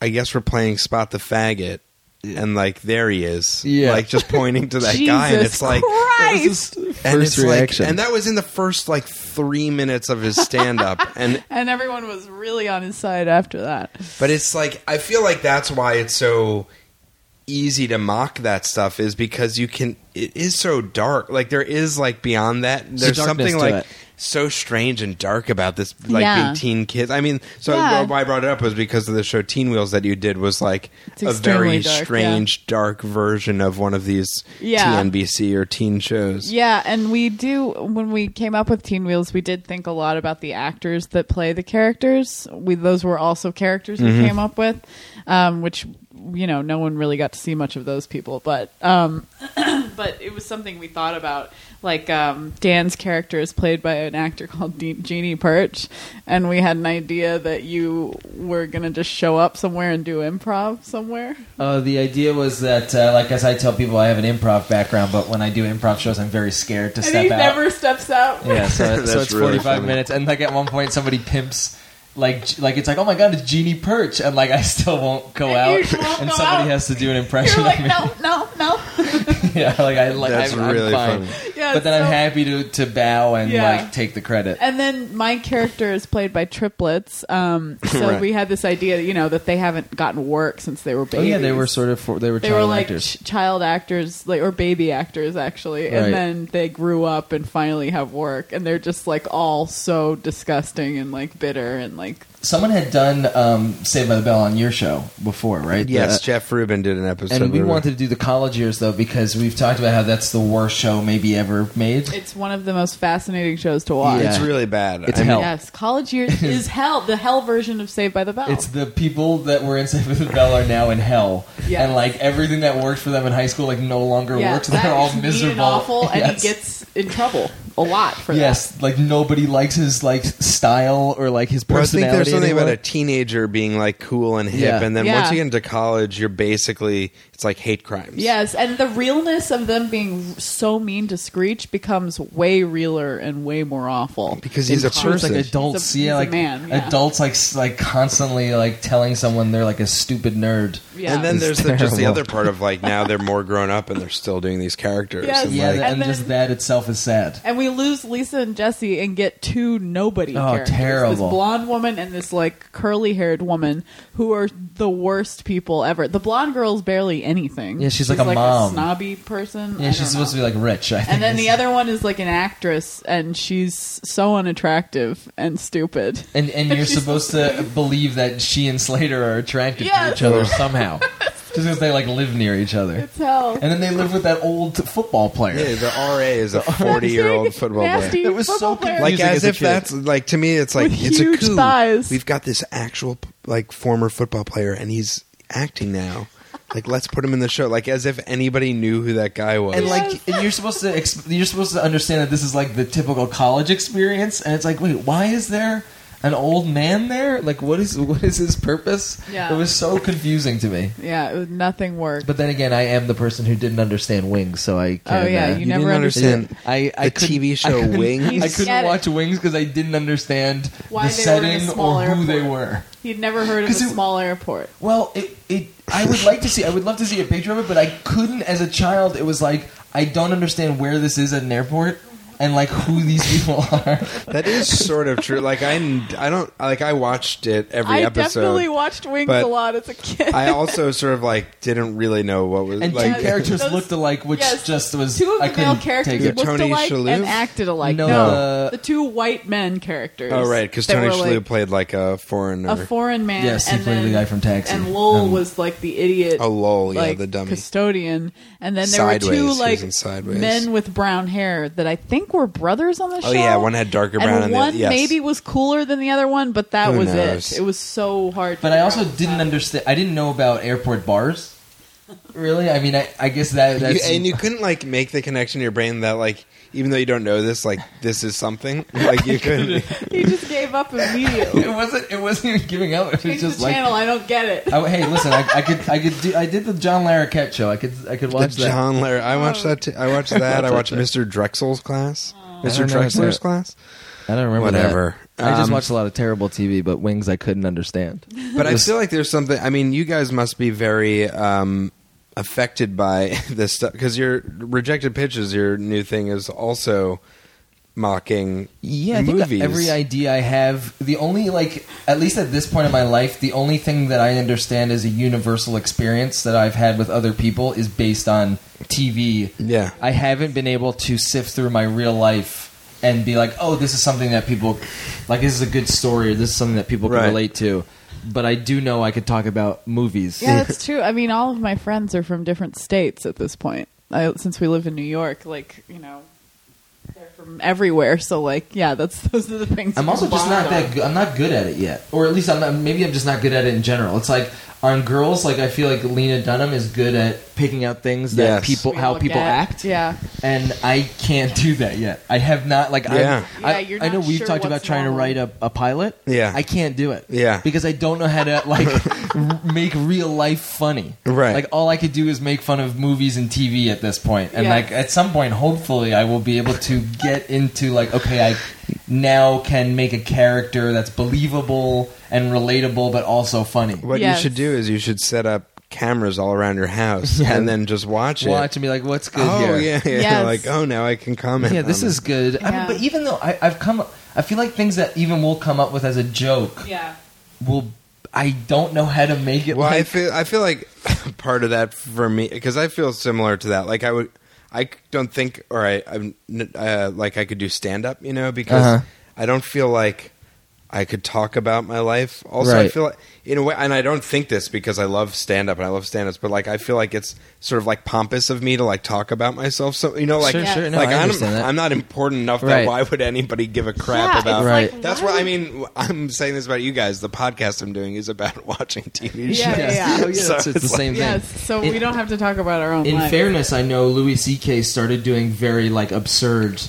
S2: I guess we're playing spot the faggot." And like there he is,
S3: Yeah.
S2: like just pointing to that
S4: Jesus
S2: guy, and it's like,
S4: Christ!
S2: and
S3: First
S2: it's like-
S3: reaction.
S2: and that was in the first like three minutes of his stand up. and
S4: and everyone was really on his side after that.
S2: but it's like I feel like that's why it's so easy to mock that stuff is because you can it is so dark. Like there is like beyond that there's
S3: darkness
S2: something
S3: to
S2: like
S3: it.
S2: so strange and dark about this like
S4: Yeah.
S2: being teen kids. I mean, so
S4: Yeah.
S2: why I brought it up was because of the show Teen Wheels that you did was like
S4: It's
S2: a very
S4: extremely dark,
S2: strange dark version of one of these
S4: Yeah.
S2: TNBC or teen shows.
S4: Yeah, and we do when we came up with Teen Wheels, we did think a lot about the actors that play the characters. We those were also characters
S3: Mm-hmm.
S4: we came up with, um, which you know no one really got to see much of those people, but um, but it was something we thought about. Like um, Dan's character is played by an actor called De- Jeannie Perch, and we had an idea that you were gonna just show up somewhere and do improv somewhere.
S3: Uh, the idea was that, uh, like as I tell people, I have an improv background, but when I do improv shows, I'm very scared to
S4: And
S3: step
S4: he
S3: out.
S4: never steps out.
S3: Yeah, so, so
S2: That's
S3: it's
S2: really
S3: 45
S2: funny.
S3: minutes, and like at one point, somebody pimps. Like, like it's like, oh my god, it's Jeannie Perch, and like I still won't go
S4: And
S3: out,
S4: you won't
S3: and
S4: go
S3: somebody
S4: out.
S3: has to do an
S4: You're
S3: impression
S4: like,
S3: of me.
S4: no, no, no.
S3: yeah, like I like
S2: That's
S3: I'm, I'm
S2: really
S3: fine.
S2: funny.
S4: Yeah,
S3: but then
S4: so-
S3: I'm happy to to bow and
S4: Yeah.
S3: like take the credit.
S4: And then my character is played by triplets. Um, so
S2: Right.
S4: we had this idea, you know, that they haven't gotten work since they were
S3: Oh
S4: babies.
S3: yeah, they were sort of for, they were
S4: They
S3: child
S4: were like
S3: actors.
S4: ch- child actors, like or baby actors, actually,
S3: Right.
S4: and then they grew up and finally have work, and they're just like all so disgusting and like bitter and like
S3: Someone had done um, Saved by the Bell on your show before, right?
S2: Yes,
S3: The-
S2: Jeff Rubin did an episode.
S3: and we
S2: where-
S3: wanted to do the college years though because we've talked about how that's the worst show maybe ever made.
S4: it's one of the most fascinating shows to watch.
S2: it's
S3: Yeah.
S2: really bad.
S3: It's
S2: I mean,
S3: hell.
S4: Yes, college years is hell. The hell version of Saved by the Bell.
S3: It's the people that were in Saved by the Bell are now in hell,
S4: Yeah.
S3: and like everything that worked for them in high school like no longer works.
S4: that
S3: They're all
S4: is mean
S3: miserable,
S4: and awful, and
S3: yes.
S4: he gets in trouble a lot for that.
S3: Yes, like nobody likes his like style or like his
S2: Well, I think
S3: personality.
S2: there's something
S3: anymore.
S2: about a teenager being like cool and hip,
S3: Yeah.
S2: and then once
S4: Yeah.
S2: you get into college, you're basically it's like hate crimes.
S4: Yes, and the realness of them being so mean to Screech becomes way realer and way more awful.
S2: because he's a
S3: It's true, it's
S2: person.
S3: like adults,
S4: He's a- he's
S3: yeah,
S4: a
S3: like
S4: man, yeah.
S3: adults, like s- like constantly like telling someone they're like a stupid nerd.
S4: Yeah.
S2: And then
S3: It's
S2: there's the, just the
S3: terrible.
S2: other part of like now they're more grown up and they're still doing these characters.
S4: Yes.
S2: and,
S3: Yeah,
S2: like,
S3: and,
S4: And
S3: just
S4: then-
S3: that itself is sad.
S4: and we lose Lisa and Jesse and get two nobody.
S3: Oh,
S4: characters.
S3: terrible.
S4: This blonde woman and this like curly haired woman who are the worst people ever. The blonde girl's barely anything.
S3: Yeah, she's like a mom.
S4: snobby person.
S3: Yeah, she's supposed to be like rich. I think.
S4: And then the
S3: It's-
S4: other one is like an actress, and she's so unattractive and stupid.
S3: and and you're supposed to believe that she and Slater are attracted to
S4: Yes.
S3: each other somehow, just because they like live near each other.
S4: It's hell.
S3: And then they live with that old football player.
S2: yeah, the RA is a 40 year old football
S4: Nasty
S2: player.
S3: It was so
S4: football player.
S3: confusing.
S2: Like
S3: Using
S2: as
S3: as a
S2: if
S3: kid.
S2: that's like to me, it's like
S4: With
S2: it's
S4: huge
S2: a coup.
S4: thighs.
S2: We've got this actual like former football player, and he's acting now. Like let's put him in the show. Like as if anybody knew who that guy was.
S3: and like and you're supposed to exp- you're supposed to understand that this is like the typical college experience and it's like wait why is there an old man there like what is what is his purpose
S4: Yeah.
S3: it was so confusing to me
S4: Yeah, it was, nothing worked.
S3: but then again i am the person who didn't understand wings so i can,
S4: Oh, yeah,
S3: uh,
S4: you
S2: you,
S4: never
S2: didn't understand.
S3: I, I
S2: the
S3: couldn't-
S2: TV show
S3: I couldn't-
S2: Wings.
S3: I
S4: He's
S3: couldn't
S4: at it.
S3: watch Wings because I didn't understand
S4: Why
S3: the
S4: they were in a
S3: setting
S4: small
S3: or who they
S4: airport.
S3: were.
S4: He'd never heard of a
S3: 'Cause it-
S4: small airport.
S3: Well, it, it I would like to see I would love to see a picture of it, but I couldn't as a child. It was like I don't understand where this is at an airport. and like who these people are.
S2: That is sort of true. Like I, I don't like I watched it every
S4: I
S2: episode.
S4: definitely watched Wings
S2: but
S4: a lot as a kid.
S2: I also sort of like didn't really know what was
S3: And
S2: like.
S3: two characters
S4: Those-
S3: looked alike, which
S4: yes,
S3: just was
S4: two of the
S3: I couldn't
S4: male characters
S3: take it.
S4: looked
S2: Tony
S4: alike and
S2: Shalhoub?
S4: acted alike.
S3: No,
S4: No,
S3: uh,
S4: the two white men characters.
S2: Oh right, because
S4: that
S2: Tony
S4: were,
S2: Shalhoub
S4: like,
S2: played like a foreigner.
S4: a foreign man.
S3: Yes, he
S4: and
S3: played the
S4: then-
S3: guy from Taxi.
S4: And Lowell
S3: Um,
S4: was like the idiot.
S2: Oh, Lowell, yeah,
S4: like,
S2: the dummy.
S4: custodian. And then there
S2: Sideways, he
S4: were two
S2: was
S4: like
S2: in Sideways.
S4: men with brown hair that I think were brothers on the show.
S2: Oh, yeah, one had darker brown and the
S4: one
S2: other- yes.
S4: maybe was cooler than the other one, but that
S2: Who
S4: was
S2: knows?
S4: it. It was so hard. to
S3: But I
S4: figure
S3: also
S4: out.
S3: didn't understand. I didn't know about airport bars. Really, I mean, I, I guess that
S2: You-
S3: that's
S2: and you couldn't like make the connection in your brain that like even though you don't know this, like this is something. Like you couldn't.
S4: He just gave up immediately.
S3: it wasn't it wasn't even giving up. It was
S4: Change
S3: just
S4: the
S3: like
S4: channel. I don't get it.
S3: I, hey, listen, I, I could I could do I did the John Larroquette show. I could I could
S2: The
S3: watch that.
S2: John Larry. I watched that. Too. I watched that. I watched Mr. Drexel's class. Mr.
S3: don't know what's
S2: Drexler's
S3: that.
S2: class.
S3: I don't remember
S2: Whatever.
S3: that. I just
S2: Um,
S3: watched a lot of terrible TV, but Wings I couldn't understand.
S2: But I feel like there's something. I mean, you guys must be very um, affected by this stuff because your rejected pitches, your new thing, is also mocking
S3: Yeah, I think
S2: movies.
S3: every idea I have, the only like, at least at this point in my life, the only thing that I understand as a universal experience that I've had with other people is based on TV.
S2: Yeah.
S3: I haven't been able to sift through my real life and be like, oh, this is something that people like. This is a good story. Or this is something that people can
S2: Right.
S3: relate to. But I do know I could talk about movies.
S4: Yeah, that's true. I mean, all of my friends are from different states at this point. I, since we live in New York, like you know, they're from everywhere. So, like, yeah, that's those are the things.
S3: I'm
S4: you
S3: also just
S4: bond
S3: not
S4: on.
S3: that. Good. I'm not good at it yet, or at least I'm not. Maybe I'm just not good at it in general. It's like on girls, like I feel like Lena Dunham is good at picking out things that
S2: Yes.
S3: people,
S4: We
S3: how
S4: look
S3: people
S4: at-
S3: act,
S4: Yeah,
S3: and I can't do that yet. I have not like.
S2: Yeah.
S3: I, I,
S4: Yeah, you're
S3: I know
S4: not
S3: we've
S4: sure
S3: talked about
S4: what's
S3: trying to
S4: normal.
S3: write a, a pilot.
S2: Yeah.
S3: I can't do it.
S2: Yeah.
S3: because I don't know how to like r- make real life funny.
S2: Right.
S3: like all I could do is make fun of movies and TV at this point, and
S4: Yeah.
S3: like at some point, hopefully, I will be able to get into like okay, I now can make a character that's believable and relatable, but also funny.
S2: What
S4: Yes.
S2: you should do is you should set up cameras all around your house
S3: Yeah.
S2: and then just watch it.
S3: Watch and be like, what's good
S2: oh
S3: here?
S2: yeah, yeah.
S4: Yes.
S2: Like oh, now I can comment.
S3: Yeah, this
S2: on
S3: is good. I mean,
S4: Yeah.
S3: but even though I, I've come, I feel like things that even we'll come up with as a joke
S4: yeah.
S3: will. I don't know how to make it.
S2: Well, I
S3: like,
S2: feel I feel like part of that for me because I feel similar to that. Like I would, I don't think, or I, I'm n- uh, like I could do stand up, you know, because
S3: Uh-huh.
S2: I don't feel like I could talk about my life. Also, I
S3: Right.
S2: feel like in a way, and I don't think this because I love stand up and I love stand ups, but like I feel like it's sort of like pompous of me to like talk about myself. So you know, like
S3: Sure, sure. No,
S2: like
S3: I
S2: I'm,
S3: understand that.
S2: I'm not important enough
S3: Right.
S2: that why would anybody give a crap
S4: Yeah,
S2: about
S4: it's
S3: Right.
S4: like,
S2: That's
S4: why
S2: why I
S4: would-
S2: mean I'm saying this about you guys. The podcast I'm doing is about watching TV shows.
S4: Yeah, yeah, yeah.
S3: Oh, yeah,
S2: So
S3: it's, it's the
S2: it's like-
S3: same thing.
S4: Yes, so
S3: In-
S4: we don't have to talk about our own.
S3: In
S4: life.
S3: fairness, I know Louis C.K. started doing very like absurd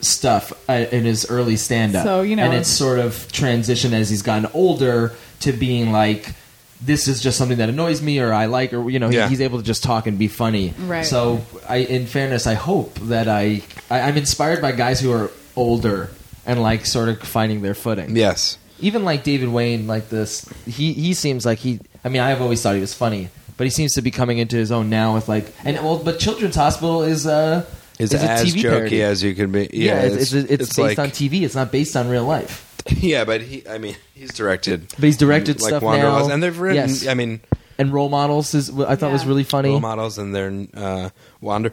S3: stuff uh, in his early stand-up.
S4: So, you know-
S3: and it's sort of transitioned as he's gotten older to being like, this is just something that annoys me, or I like, or you know, he-
S2: Yeah.
S3: he's able to just talk and be funny.
S4: Right.
S3: So, I, in fairness, I hope that I, I I'm inspired by guys who are older and like sort of finding their footing
S2: Yes.
S3: even like David Wayne, like this, he he seems like he. I mean, I've always thought he was funny, but he seems to be coming into his own now with like and well, but Children's Hospital is uh
S2: It's
S3: is a
S2: as
S3: TV
S2: jokey
S3: parody.
S2: as you can be.
S3: yeah,
S2: Yeah,
S3: it's it's, it's, based
S2: like,
S3: on TV. It's not based on real life.
S2: Yeah, but he, I mean, he's directed.
S3: But he's directed
S2: like
S3: stuff
S2: Wanderlust,
S3: now.
S2: and they've written.
S3: Yes.
S2: I mean,
S3: And role models is I thought was
S4: Yeah.
S3: really funny.
S2: role models and their uh, Wander.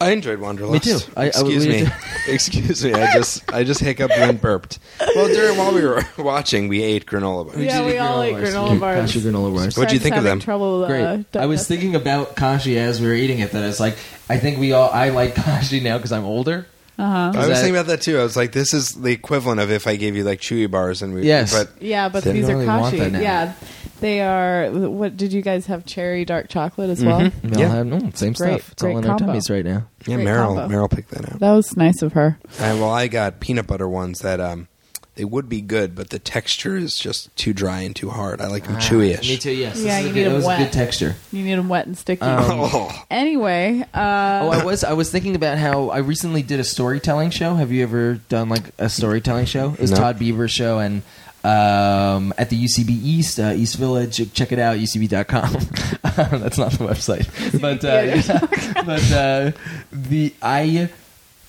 S2: I enjoyed Wanderlust.
S3: Me too. I- I
S2: Excuse
S3: really
S2: me.
S3: did.
S2: Excuse me. I just I just hiccuped and then burped. Well, during while we were watching, we ate granola bars.
S4: Yeah,
S3: did
S4: we
S3: a
S4: all ate granola bars.
S3: Gosh, your granola bars.
S2: What'd you
S4: Friends
S2: think of
S4: having
S2: them?
S4: Trouble, uh,
S3: Great. I was
S4: digesting.
S3: thinking about Kashi as we were eating it. That it's like I think we all I like Kashi now because I'm older.
S4: Uh-huh.
S2: I was
S3: that-
S2: thinking about that too. I was like, this is the equivalent of if I gave you like chewy bars and we.
S3: Yes.
S2: But
S4: Yeah, but
S3: They
S4: these
S3: really
S4: are
S3: want
S4: kashi.
S3: that now.
S4: Yeah, they are. What did you guys have? Cherry dark chocolate as well.
S3: We all
S2: Yeah.
S3: have- mm, same
S4: Great-
S3: stuff. It's
S4: great
S3: all in our
S4: combo.
S3: tummies right now.
S2: yeah,
S4: Great
S2: Meryl
S4: combo.
S2: Meryl picked that out.
S4: That was nice of her.
S2: And well, I got peanut butter ones that um, they would be good, but the texture is just too dry and too hard. I like them chewy-ish.
S3: Ah, Me too. Yes. this
S4: Yeah,
S3: is
S4: you
S3: a
S4: need
S3: good,
S4: them
S3: that was a
S4: wet.
S3: good texture.
S4: You need them wet and sticky.
S3: Um,
S2: Oh,
S4: anyway, uh,
S3: Oh, I was I was thinking about how I recently did a storytelling show. Have you ever done like a storytelling show? It was
S2: No.
S3: Todd Beaver's show and um, at the UCB East, uh, East Village. Check it out, ucb.com. That's not the website. But uh,
S4: Theater.
S3: yeah. but uh, the I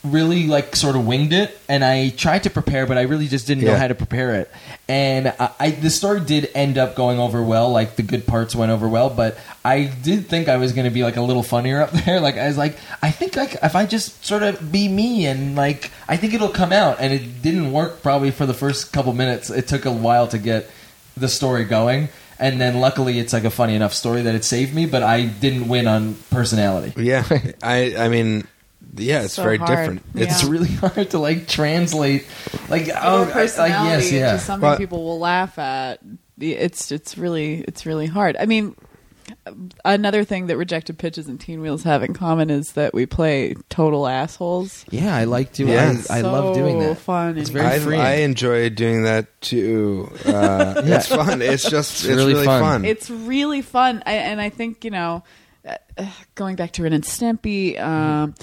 S3: really like sort of winged it, and I tried to prepare, but I really just didn't know
S2: Yeah.
S3: how to prepare it. And I, I the story did end up going over well, like the good parts went over well, but I did think I was going to be like a little funnier up there. Like I was like, I think like if I just sort of be me and like I think it'll come out, and it didn't work probably for the first couple minutes. It took a while to get the story going. And then luckily, it's like a funny enough story that it saved me, but I didn't win on personality.
S2: Yeah, I I mean, yeah, it's
S4: So
S2: very
S4: hard.
S2: different.
S3: It's
S4: Yeah.
S3: really hard to like translate, like oh,
S4: Your
S3: like
S4: personality
S3: yes,
S4: into
S3: yeah.
S4: something
S2: But-
S4: people will laugh at. It's it's really it's really hard. I mean, another thing that rejected pitches and Teen Wheels have in common is that we play total assholes.
S3: Yeah, I like doing.
S2: Yeah.
S3: I, I love doing
S4: So
S3: that.
S4: Fun.
S3: It's
S4: and-
S3: very
S2: I,
S3: freeing.
S2: I enjoy doing that too. Uh,
S3: Yeah.
S2: It's fun. It's just it's,
S3: really
S2: really,
S3: fun.
S2: fun.
S4: it's really fun I, and i think you know uh, uh, going back to ren and stimpy um,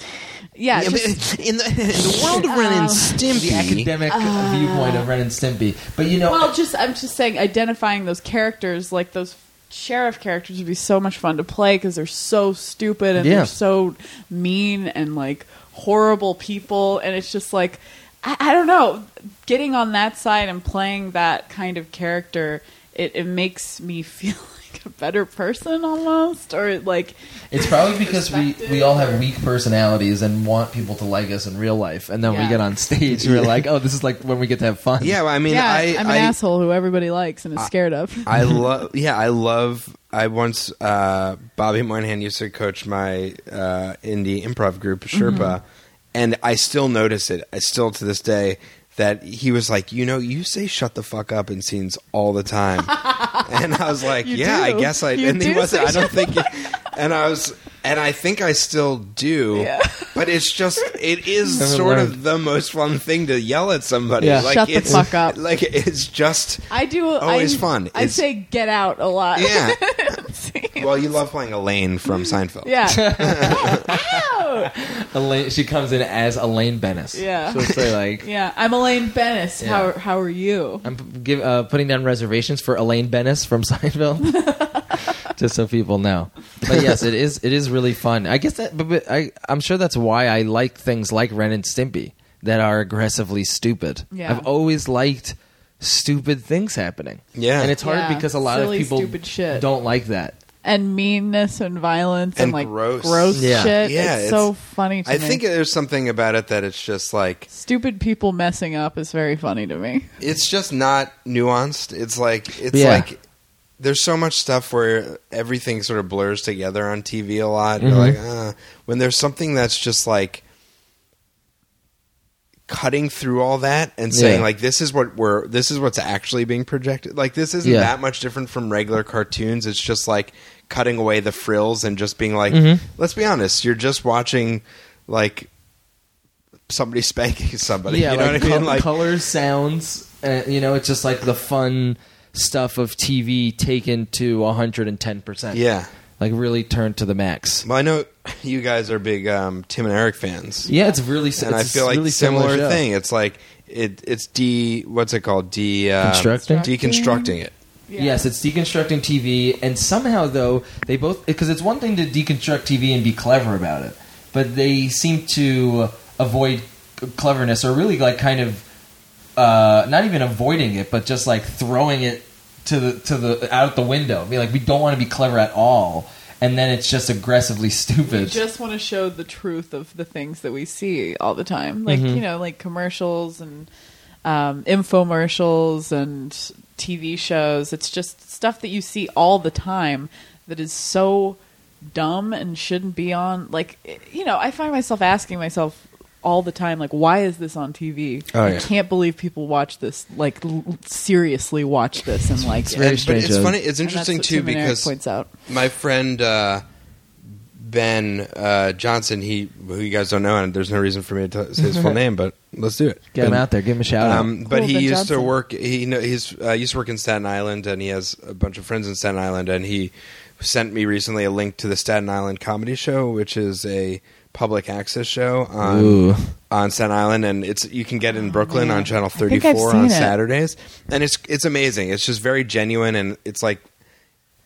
S2: Mm-hmm. Yeah,
S4: yeah,
S2: but
S4: just- Uh,
S2: in, the, in the world of Ren and Stimpy,
S3: the academic viewpoint of Ren and Stimpy, but you know,
S4: Ah. well just i'm just saying identifying those characters like those sheriff characters would be so much fun to play because they're so stupid and
S3: Yeah.
S4: they're so mean and like horrible people and it's just like I, I don't know getting on that side and playing that kind of character it, it makes me feel like a better person almost or it like
S3: it's probably because we
S4: perspective
S3: we all have weak personalities and want people to like us in real life, and then we
S4: Yeah.
S3: get on stage, we're like, oh, this is like when we get to have fun.
S2: yeah, well, I mean,
S4: yeah,
S2: I,
S4: am an
S2: I,
S4: asshole who everybody likes and is scared of.
S2: I love. Yeah, I love. I once uh, Bobby Moynihan used to coach my uh, indie improv group
S4: Mm-hmm.
S2: Sherpa, and I still notice it. I still to this day that he was like, you know, you say "shut the fuck up" in scenes all the time, and I was like,
S4: You
S2: yeah,
S4: do.
S2: I guess I.
S4: You
S2: and he
S4: do
S2: wasn't.
S4: say
S2: I don't think. and I was. And I think I still do,
S4: Yeah.
S2: but it's just it is
S3: Haven't
S2: sort
S3: learned.
S2: of the most fun thing to yell at somebody.
S3: Yeah.
S2: Like
S4: Shut the
S2: it's,
S4: fuck up.
S2: Like it's just
S4: I do.
S2: Always
S4: I,
S2: fun.
S4: I
S2: Oh, It's-
S4: say get out a lot.
S2: yeah.
S4: See?
S2: Well, you love playing Elaine from Seinfeld.
S4: yeah. Ow!
S3: Elaine, she comes in as Elaine Bennis.
S4: Yeah.
S3: she'll say like,
S4: yeah. I'm Elaine Bennis. How how are you?
S3: I'm p- give, uh, putting down reservations for Elaine Bennis from Seinfeld, just so people know. But yes, it is. It is really fun. I guess that. But, but I, I'm sure that's why I like things like Ren and Stimpy that are aggressively stupid.
S4: Yeah.
S3: I've always liked stupid things happening.
S2: Yeah.
S3: and it's hard
S4: Yeah,
S3: because a lot
S4: silly,
S3: of people
S4: stupid shit.
S3: don't like that.
S4: And meanness and violence and,
S2: And
S4: like
S2: gross.
S3: Yeah.
S4: shit.
S2: Yeah,
S4: it's,
S2: it's-
S4: so funny to
S2: I
S4: me.
S2: think there's something about it that it's just like
S4: Stupid people messing up is very funny to me.
S2: it's just not nuanced. It's like it's
S3: Yeah.
S2: like there's so much stuff where everything sort of blurs together on TV a lot.
S3: Mm-hmm.
S2: And You're like, uh, when there's something that's just like cutting through all that and saying
S3: Yeah.
S2: like this is what we're this is what's actually being projected. Like this isn't
S3: Yeah.
S2: that much different from regular cartoons. It's just like cutting away the frills and just being like,
S3: Mm-hmm.
S2: let's be honest, you're just watching like somebody spanking somebody. you know
S3: like,
S2: what I mean?
S3: col-
S2: like
S3: colors, sounds. Uh, you know, it's just like the fun stuff of TV taken to 110. percent
S2: yeah.
S3: like really turned to the max.
S2: Well, I know you guys are big um, Tim and Eric fans,
S3: Yeah, it's really.
S2: and I feel like
S3: really
S2: similar,
S3: show.
S2: thing. It's like it, it's de what's it called? De uh,
S3: Constructing?
S2: deconstructing it.
S3: Yes, it's deconstructing TV, and somehow though they both because it's one thing to deconstruct TV and be clever about it, but they seem to avoid cleverness or really like kind of uh, not even avoiding it, but just like throwing it to the to the out the window. Be like, we don't want to be clever at all, and then it's just aggressively
S4: We
S3: stupid.
S4: just want to show the truth of the things that we see all the time, like
S2: Mm-hmm.
S4: you know, like commercials and um, infomercials and TV shows. It's just stuff that you see all the time that is so dumb and shouldn't be on. Like you know, I find myself asking myself all the time, like, why is this on TV?
S2: Oh, yeah.
S4: I can't believe people watch this. Like, l- seriously, watch this and like. it.
S3: very
S2: And-
S4: And
S2: but
S3: strange,
S2: it's
S3: uh,
S2: funny. It's
S4: that's
S2: interesting
S4: what
S2: too
S4: Tim and Eric
S2: because
S4: points out.
S2: my friend uh, Ben uh, Johnson, he who you guys don't know, and there's no reason for me to t- say his full name, but let's do it.
S3: Get him
S2: Ben-
S3: out there, give him a shout out.
S2: Um, but
S4: Cool,
S2: he
S4: Ben
S2: used to
S4: Johnson.
S2: work. He kno- he's uh, used to work in Staten Island, and he has a bunch of friends in Staten Island. And he sent me recently a link to the Staten Island Comedy Show, which is a public access show on
S3: Ooh.
S2: on Staten Island, and it's you can get it in Brooklyn on Channel
S4: Oh, think I've
S2: 34
S4: seen
S2: on
S4: it.
S2: Saturdays, and it's it's amazing. It's just very genuine, and it's like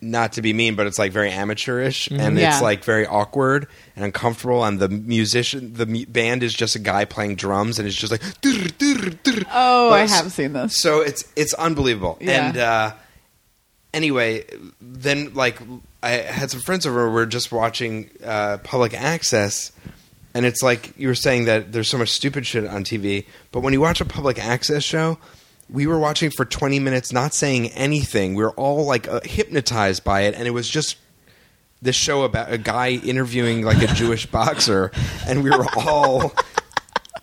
S2: not to be mean, but it's like very amateurish and it's
S4: Mm-hmm. Yeah.
S2: like very awkward and uncomfortable. And the musician, the mu- band is just a guy playing drums and it's just like. "Durr, durr, durr."
S4: Oh,
S2: But
S4: I
S2: it's-
S4: have seen this.
S2: So it's it's unbelievable.
S4: Yeah.
S2: And uh, anyway, then like I had some friends over. We were just watching uh, public access, and it's like you were saying that there's so much stupid shit on TV. But when you watch a public access show. We were watching for 20 minutes, not saying anything. We were all like uh, hypnotized by it, and it was just this show about a guy interviewing like a Jewish boxer, and we were all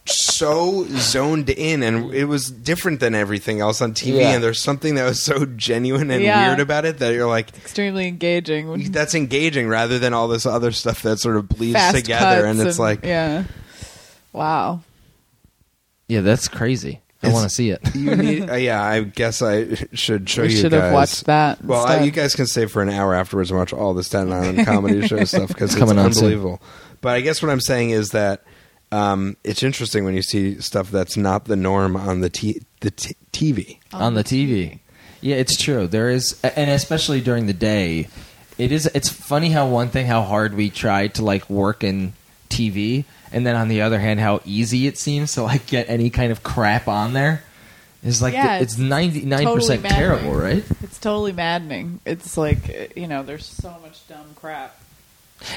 S2: so zoned in, and it was different than everything else on TV.
S7: Yeah.
S2: And there's something that was so genuine and
S4: Yeah.
S2: weird about it that you're like,
S4: Extremely engaging.
S2: that's engaging rather than all this other stuff that sort of bleeds
S4: Fast
S2: together.
S4: cuts
S2: And it's like,
S4: yeah, wow.
S3: Yeah, that's crazy. I
S2: It's-
S3: want to see it.
S2: you need, uh, yeah, I guess I should show
S4: We
S2: you
S4: should
S2: guys.
S4: have watched that
S2: Well, I,
S4: instead.
S2: you guys can stay for an hour afterwards and watch all the Staten Island comedy show stuff because it's
S3: Coming on soon.
S2: unbelievable. But I guess what I'm saying is that um, it's interesting when you see stuff that's not the norm on the t- the t- TV.
S3: on the TV. Yeah, it's true. There is, and especially during the day, it is. It's funny how one thing, how hard we try to like work in TV, and then on the other hand, how easy it seems to like get any kind of crap on there. It's like
S4: Yeah,
S3: it's
S4: it's
S3: ninety nine percent
S4: totally maddening.
S3: terrible, right?
S4: It's totally maddening. It's like you know, there's so much dumb crap.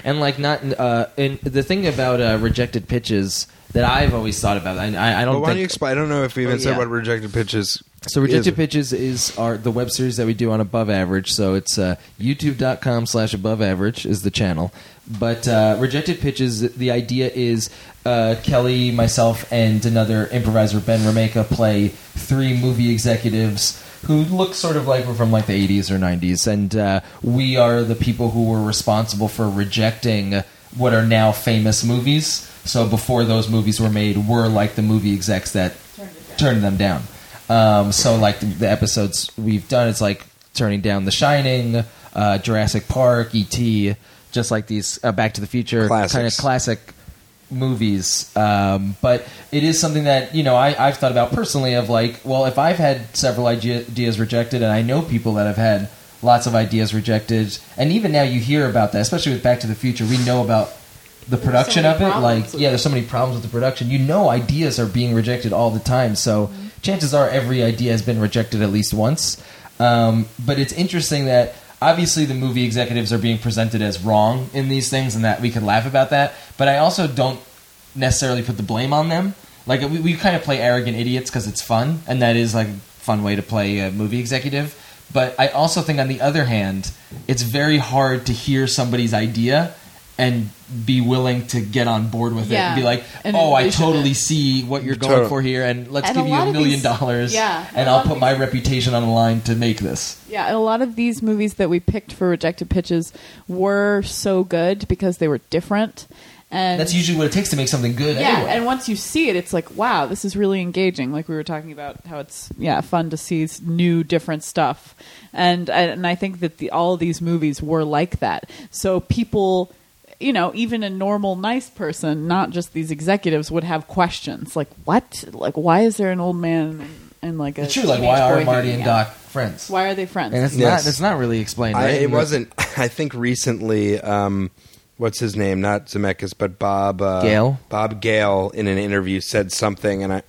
S3: And like not, uh, and the thing about uh, rejected pitches that I've always thought about. I, I I don't.
S2: But why
S3: think,
S2: don't you explain? I don't know if we even
S3: Oh,
S2: said
S3: yeah.
S2: what rejected pitches.
S3: So rejected
S2: is.
S3: pitches is our the web series that we do on above average. So it's uh, youtube.com slash above average is the channel. But uh, rejected pitches, the idea is uh, Kelly, myself, and another improviser Ben Remeka play three movie executives who look sort of like we're from like the 80s or 90s, and uh, we are the people who were responsible for rejecting what are now famous movies. So before those movies were made, we're like the movie execs that turned them down. Um, so like the, the episodes we've done, it's like turning down The Shining, uh, Jurassic Park, E.T., just like these uh, Back to the Future kind of
S2: Classics.
S3: classic movies. Um, but it is something that you know I, I've thought about personally. Of like, well, if I've had several idea- ideas rejected, and I know people that have had lots of ideas rejected, and even now you hear about that, especially with Back to the Future, we know about the production
S4: many
S3: of it.
S4: problems
S3: Like,
S4: with
S3: yeah, there's so many problems with the production. You know, ideas are being rejected all the time. So
S4: Mm-hmm.
S3: chances are every idea has been rejected at least once. Um, but it's interesting that obviously the movie executives are being presented as wrong in these things, and that we can laugh about that. But I also don't necessarily put the blame on them. Like we, we kind of play arrogant idiots because it's fun, and that is like a fun way to play a movie executive. But I also think, on the other hand, it's very hard to hear somebody's idea and be willing to get on board with it
S4: Yeah.
S3: and be like,
S4: And
S3: "Oh, I
S4: envision
S3: totally
S4: it.
S3: see what you're going
S2: Totally.
S3: for here, and let's
S4: And
S3: give
S4: a
S3: you
S4: lot
S3: a
S4: of
S3: million
S4: these-
S3: dollars,
S4: yeah, and
S3: and
S4: a
S3: I'll
S4: lot of
S3: put my reputation on the line to make this."
S4: Yeah, and a lot of these movies that we picked for rejected pitches were so good because they were different. And
S3: That's usually what it takes to make something good.
S4: yeah,
S3: anyway.
S4: and once you see it, it's like, wow, this is really engaging. Like we were talking about how it's yeah fun to see s- new, different stuff, and and I think that the, all of these movies were like that. So people, you know, even a normal nice person, not just these executives, would have questions like, what, like why is there an old man and, and like a
S3: it's true. Like,
S4: teenage
S3: why are
S4: boy
S3: Marty
S4: hanging
S3: and
S4: out?
S3: Doc friends?
S4: Why are they friends?
S3: And it's
S2: Yes.
S3: not. It's not really explained.
S2: I,
S3: Right?
S2: it wasn't. I think recently, um, what's his name? Not Zemeckis, but Bob uh,
S3: Gale?
S2: Bob Gale in an interview said something, and I.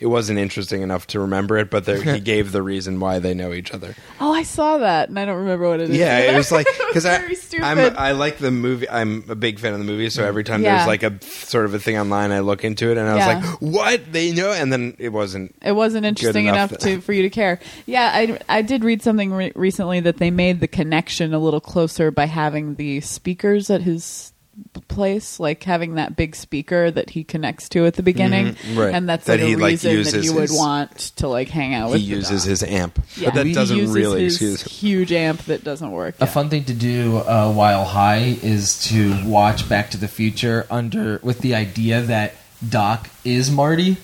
S2: It wasn't interesting enough to remember it, but there, he gave the reason why they know each other.
S4: Oh, I saw that, and I don't remember what it is.
S2: Yeah, it was like because I,
S4: very stupid.
S2: I'm I like the movie. I'm a big fan of the movie, so every time
S4: Yeah.
S2: there's like a sort of a thing online, I look into it, and I
S4: Yeah.
S2: was like, "What they know?" And then it wasn't.
S4: it wasn't interesting
S2: enough
S4: enough,
S2: that-
S4: to for you to care. Yeah, I, I did read something re- recently that they made the connection a little closer by having the speakers at his place, like having that big speaker that he connects to at the beginning,
S2: Mm-hmm. right.
S4: and that's
S2: That
S4: like
S2: he,
S4: a
S2: like,
S4: reason that
S2: uses
S4: you would
S2: his-
S4: want to like hang out
S2: He
S4: with.
S2: uses
S4: the dog.
S2: his amp,
S4: Yeah.
S2: but that
S4: He
S2: doesn't
S4: uses
S2: really
S4: his
S2: excuse.
S4: huge amp that doesn't work.
S3: A
S4: yeah.
S3: fun thing to do uh, while high is to watch Back to the Future under with the idea that Doc is Marty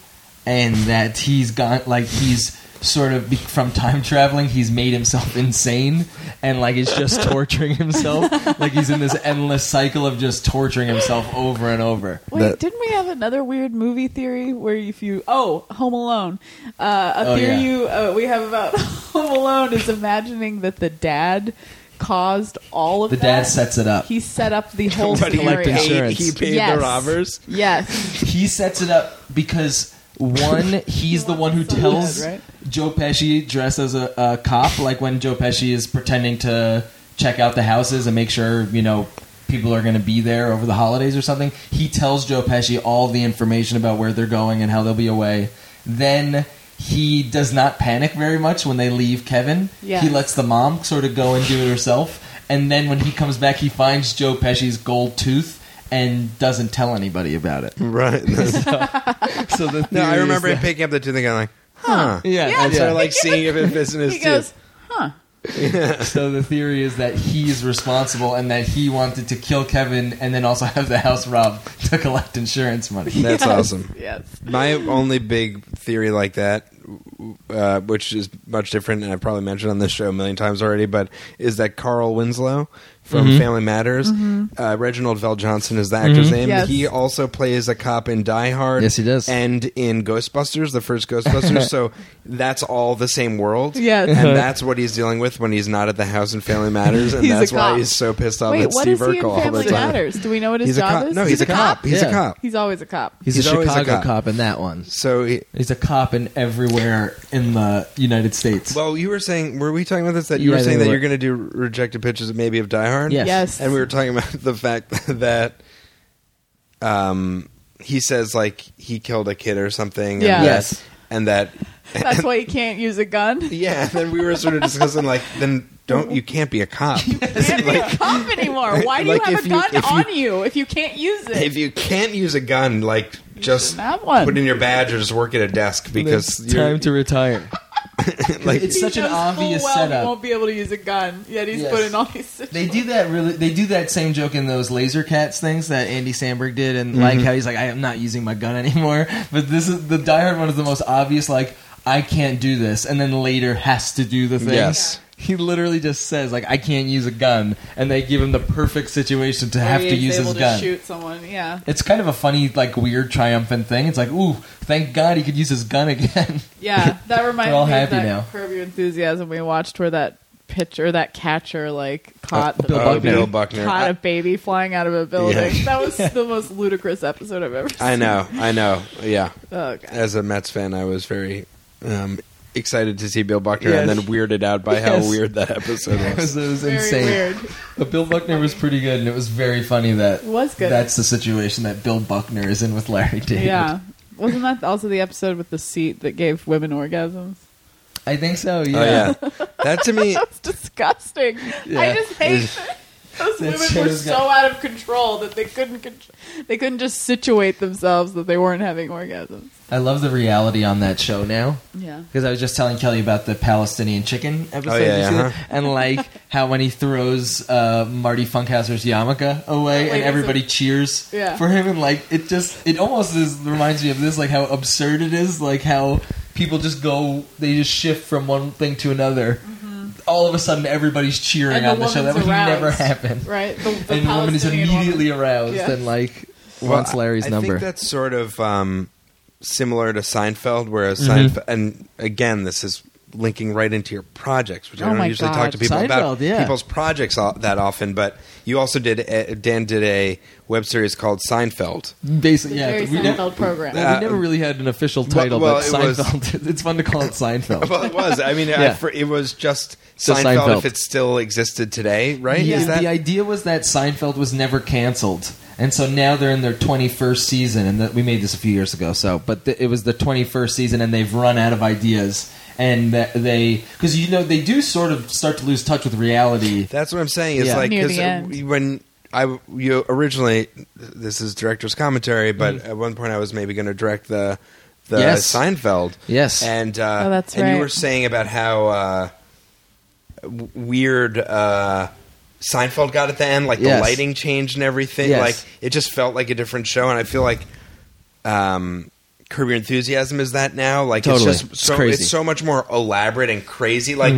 S3: and that he's gone like he's sort of be- from time traveling he's made himself insane and like it's just torturing himself like he's in this endless cycle of just torturing himself over and over
S4: Wait,
S2: That-
S4: didn't we have another weird movie theory where if you oh Home Alone, uh, a
S3: Oh,
S4: theory
S3: yeah.
S4: you uh, we have about Home Alone is imagining that the dad caused all of
S3: The
S4: that.
S3: dad sets it up.
S4: He set up the whole
S3: Somebody
S4: scenario.
S3: paid- Insurance.
S2: He paid
S4: Yes.
S2: the robbers.
S4: Yes.
S3: he sets it up because one, he's the one who tells
S4: right?
S3: Joe Pesci dressed as a, a cop, like when Joe Pesci is pretending to check out the houses and make sure you know people are going to be there over the holidays or something. He tells Joe Pesci all the information about where they're going and how they'll be away. Then. He does not panic very much when they leave Kevin.
S4: Yes.
S3: He lets the mom sort of go and do it herself. And then when he comes back, he finds Joe Pesci's gold tooth and doesn't tell anybody about it.
S2: Right.
S3: So the
S2: no, I
S3: theory is
S2: remember
S3: that-
S2: picking up the two thing going, like, huh.
S3: Yeah,
S4: Yeah.
S2: And
S3: that's
S2: sort
S3: right.
S2: of like seeing if it fits in his
S4: He goes,
S2: tooth.
S4: huh.
S3: so the theory is that he's responsible and that he wanted to kill Kevin and then also have the house robbed to collect insurance money.
S2: That's
S4: Yes.
S2: awesome.
S4: Yes.
S2: My only big theory like that, uh, which is much different, and I've probably mentioned on this show a million times already, but is that Carl Winslow from
S3: Mm-hmm.
S2: Family Matters, uh, Reginald Vell Johnson is the actor's name.
S4: Mm-hmm. Yes.
S2: He also plays a cop in Die Hard.
S3: Yes, he does.
S2: And in Ghostbusters, the first Ghostbusters. so that's all the same world.
S4: Yes.
S3: Uh-huh.
S2: And that's what he's dealing with when he's not at the house in Family Matters, and
S4: He's a
S2: that's why
S4: cop.
S2: he's so pissed off
S4: Wait,
S2: at
S4: what
S2: Steve
S4: is
S2: Urkel
S4: he in
S2: all the
S4: Family
S2: time.
S4: Matters? Do we know what his
S2: He's a
S4: job
S2: cop.
S4: is?
S2: No, he's, a cop. He's a
S3: Yeah.
S2: cop.
S4: He's always a cop.
S3: He's,
S2: He's
S3: a
S2: always a
S3: Chicago
S2: cop.
S3: cop in that one.
S2: So he,
S3: He's a cop in everywhere in the United States.
S2: Well, you were saying, were we talking about this? That you
S3: Yeah,
S2: were
S3: they
S2: saying that
S3: were.
S2: you're going to do rejected pitches, maybe of Die Hard.
S3: Yes.
S4: Yes.
S2: And we were talking about the fact that, um, he says like he killed a kid or something.
S4: Yeah.
S2: And that,
S3: Yes.
S2: And that,
S4: That's why you can't use a gun.
S2: yeah. And then we were sort of discussing like, then don't you can't be a cop.
S4: You can't be a cop anymore. Why do
S2: Like,
S4: you
S2: if
S4: have a
S2: you-
S4: gun
S2: if you-
S4: on you if you can't use it?
S2: if you can't use a gun, like just
S4: shouldn't have one.
S2: put in your badge or just work at a desk because
S3: it's
S2: you're
S3: time to retire.
S2: like
S3: it's
S4: He
S3: such an
S4: knows full
S3: obvious
S4: well
S3: setup.
S4: He won't be able to use a gun. Yet he's
S3: Yes.
S4: put in all these.
S3: They do that really. They do that same joke in those Laser Cats things that Andy Samberg did, and like how he's like, "I am not using my gun anymore." But this is the Die Hard one is the most obvious. Like, I can't do this, and then later has to do the thing.
S2: Yes.
S3: He literally just says like, "I can't use a gun," and they give him the perfect situation to have to use his gun.
S4: shoot someone. Yeah.
S3: It's kind of a funny, like, weird, triumphant thing. It's like, "Ooh, thank God he could use his gun again."
S4: Yeah. That reminds
S3: all
S4: me
S3: happy
S4: of that
S3: now.
S4: Curb Your Enthusiasm we watched where that pitcher, that catcher, like caught
S3: Uh, Bill
S4: the,
S2: Oh,
S3: Buckner.
S2: Bill Buckner.
S4: caught
S2: I-
S4: a baby flying out of a building.
S2: Yeah.
S4: That was the most ludicrous episode I've ever seen.
S2: I know, I know. Yeah.
S4: Oh, God.
S2: As a Mets fan, I was very um, excited to see Bill Buckner and
S3: Yes.
S2: then weirded out by
S3: Yes.
S2: how weird that episode
S3: It
S2: was.
S3: was, it was
S4: Very
S3: insane.
S4: weird.
S3: But Bill Buckner was pretty good, and it was very funny that
S4: was good.
S3: That's the situation that Bill Buckner is in with Larry David.
S4: Yeah. Wasn't that also the episode with the seat that gave women orgasms?
S3: I think so. Yeah,
S2: Oh yeah, that to me.
S4: That's disgusting. I
S3: Yeah.
S4: just hate that those
S3: That
S4: women were
S3: show's
S4: so
S3: got-
S4: out of control that they couldn't contr- they couldn't just situate themselves that they weren't having orgasms.
S3: I love the reality on that show now.
S4: Yeah.
S3: Because I was just telling Kelly about the Palestinian chicken episode,
S2: Oh, yeah,
S3: you see
S2: yeah,
S3: that? and like how when he throws uh, Marty Funkhauser's yarmulke away,
S4: Like,
S3: and
S4: it's
S3: everybody
S4: a-
S3: cheers
S4: Yeah.
S3: for him, and like it just it almost is, reminds me of this, like how absurd it is, like how people just go, they just shift from one thing to another. All of a sudden, everybody's cheering
S4: Mm-hmm. And the
S3: on the show. That would
S4: woman's
S3: never
S4: aroused.
S3: happen.
S4: Right? The, the
S3: and the woman is
S4: Palestinian woman.
S3: immediately aroused
S4: Yeah.
S3: and like
S2: Well,
S3: wants Larry's
S2: I, I
S3: number.
S2: think that's sort of um, similar to Seinfeld, whereas
S3: Mm-hmm.
S2: Seinfeld, and again, this is linking right into your projects, which
S4: Oh
S2: I
S4: my
S2: don't usually
S4: God.
S2: talk to people about
S3: Seinfeld, yeah.
S2: people's projects o- that often. But you also did a, Dan did a web series called Seinfeld.
S3: Basically,
S4: The
S3: yeah,
S4: Jerry
S3: we ne-
S4: Seinfeld program.
S3: well,
S2: Uh,
S3: we never really had an official title,
S2: well,
S3: but
S2: it was-
S3: Seinfeld. it's fun to call it Seinfeld.
S2: Well, it was. I mean, I,
S3: Yeah.
S2: for, it was just
S3: Just
S2: Seinfeld,
S3: Seinfeld.
S2: if it still existed today, right?
S3: Yeah,
S2: Is that-
S3: the idea was that Seinfeld was never canceled, and so now they're in their 21st season, and that we made this a few years ago. So, but th- it was the 21st season, and they've run out of ideas, and that they because you know they do sort of start to lose touch with reality.
S2: That's what I'm saying. It's
S3: Yeah.
S2: like
S4: Near the
S2: 'cause
S4: end.
S2: when I you originally this is director's commentary, but at one point I was maybe going to direct the the
S3: Mm. Yes.
S2: Seinfeld.
S3: Yes.
S2: and uh,
S4: Oh, that's
S2: and you
S4: right.
S2: were saying about how uh, w- weird. Uh, Seinfeld got at the end, like the
S3: Yes.
S2: lighting changed and everything.
S3: Yes.
S2: Like it just felt like a different show, and I feel like um, Curb Your Enthusiasm is that now. Like
S3: Totally.
S2: it's just
S3: It's
S2: so
S3: crazy. Mm-hmm.
S2: so much more elaborate and crazy. Like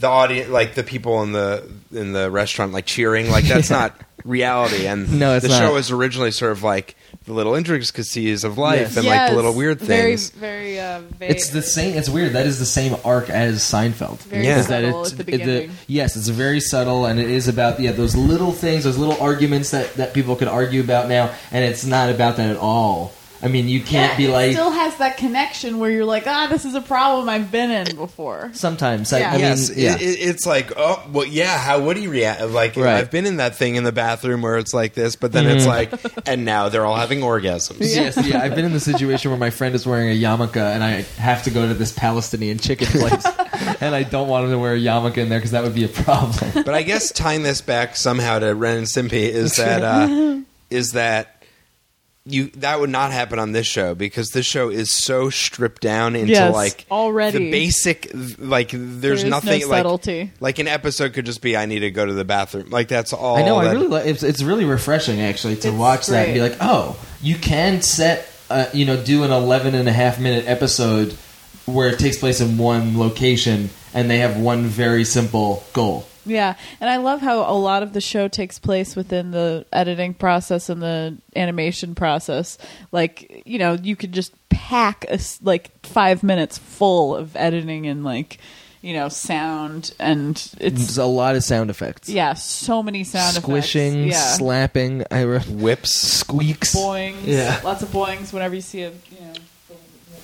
S2: the audience, like the people in the in the restaurant, like cheering. Like that's not reality. And
S3: No, it's
S2: the
S3: not.
S2: show was originally sort of like the little intricacies of life
S3: Yes.
S2: and like the little weird
S4: very,
S2: things.
S4: Very, uh, vague.
S3: It's the same. It's weird. That is the same arc as Seinfeld.
S4: Very
S2: Yeah.
S3: Is that
S4: subtle
S3: it's-
S4: at the
S3: it-
S4: beginning.
S3: yes, it's very subtle, and it is about yeah those little things, those little arguments that that people can argue about now, and it's not about that at all. I mean, you can't
S4: Yeah,
S3: be
S4: it
S3: like
S4: still has that connection where you're like, ah, this is a problem I've been in before.
S3: sometimes. I,
S4: Yeah.
S3: I mean,
S2: yes, it-
S3: yeah.
S2: it, it's like, oh, well, yeah. How would he react? Like,
S3: Right. Mm.
S2: I've been in that thing in the bathroom where it's like this, but then it's like, and now they're all having orgasms.
S3: Yes, yeah. I've been in the situation where my friend is wearing a yarmulke, and I have to go to this Palestinian chicken place, and I don't want him to wear a yarmulke in there because that would be a problem.
S2: But I guess tying this back somehow to Ren and Stimpy is that uh, is that you that would not happen on this show because this show is so stripped down into
S4: Yes,
S2: like
S4: already.
S2: the basic like there's
S4: is no
S2: nothing like
S4: subtlety.
S2: like an episode could just be I need to go to the bathroom like that's all
S3: I know. I
S2: that-
S3: really like. It's, it's really refreshing actually to
S4: It's
S3: watch that and be
S4: great.
S3: like, oh, you can set, uh, you know, do an 11 and a half minute episode where it takes place in one location, and they have one very simple goal.
S4: Yeah, and I love how a lot of the show takes place within the editing process and the animation process. Like, you know, you could just pack a s like five minutes full of editing and like, you know, sound and it's
S3: There's a lot of sound effects.
S4: yeah, so many sound
S3: Squishing,
S4: effects. Yeah,
S3: slapping, I re-
S2: whips
S3: squeaks,
S4: boings.
S3: Yeah.
S4: lots of boings. Whenever you see a you know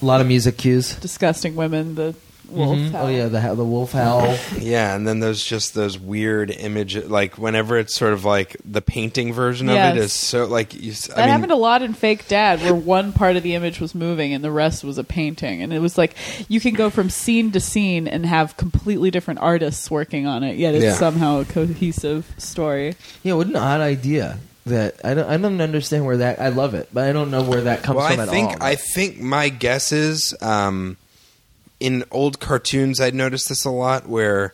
S3: a lot of music cues.
S4: disgusting women, the wolf.
S3: Mhm.
S4: howl.
S3: Oh yeah, the ho- the wolf howl.
S2: yeah and then there's just those weird images like whenever it's sort of like the painting version of it
S4: Yes.
S2: is so like you s- I
S4: That
S2: mean,
S4: happened a lot in Fake Dad, where one part of the image was moving and the rest was a painting, and it was like you can go from scene to scene and have completely different artists working on it, yet it's
S2: Yeah.
S4: somehow a cohesive story.
S3: Yeah, what an odd idea. That I don't, I don't understand where that. I love it, but I don't know where that comes
S2: well,
S3: from
S2: I
S3: at
S2: think,
S3: all.
S2: I think my guess is um, in old cartoons, I'd noticed this a lot where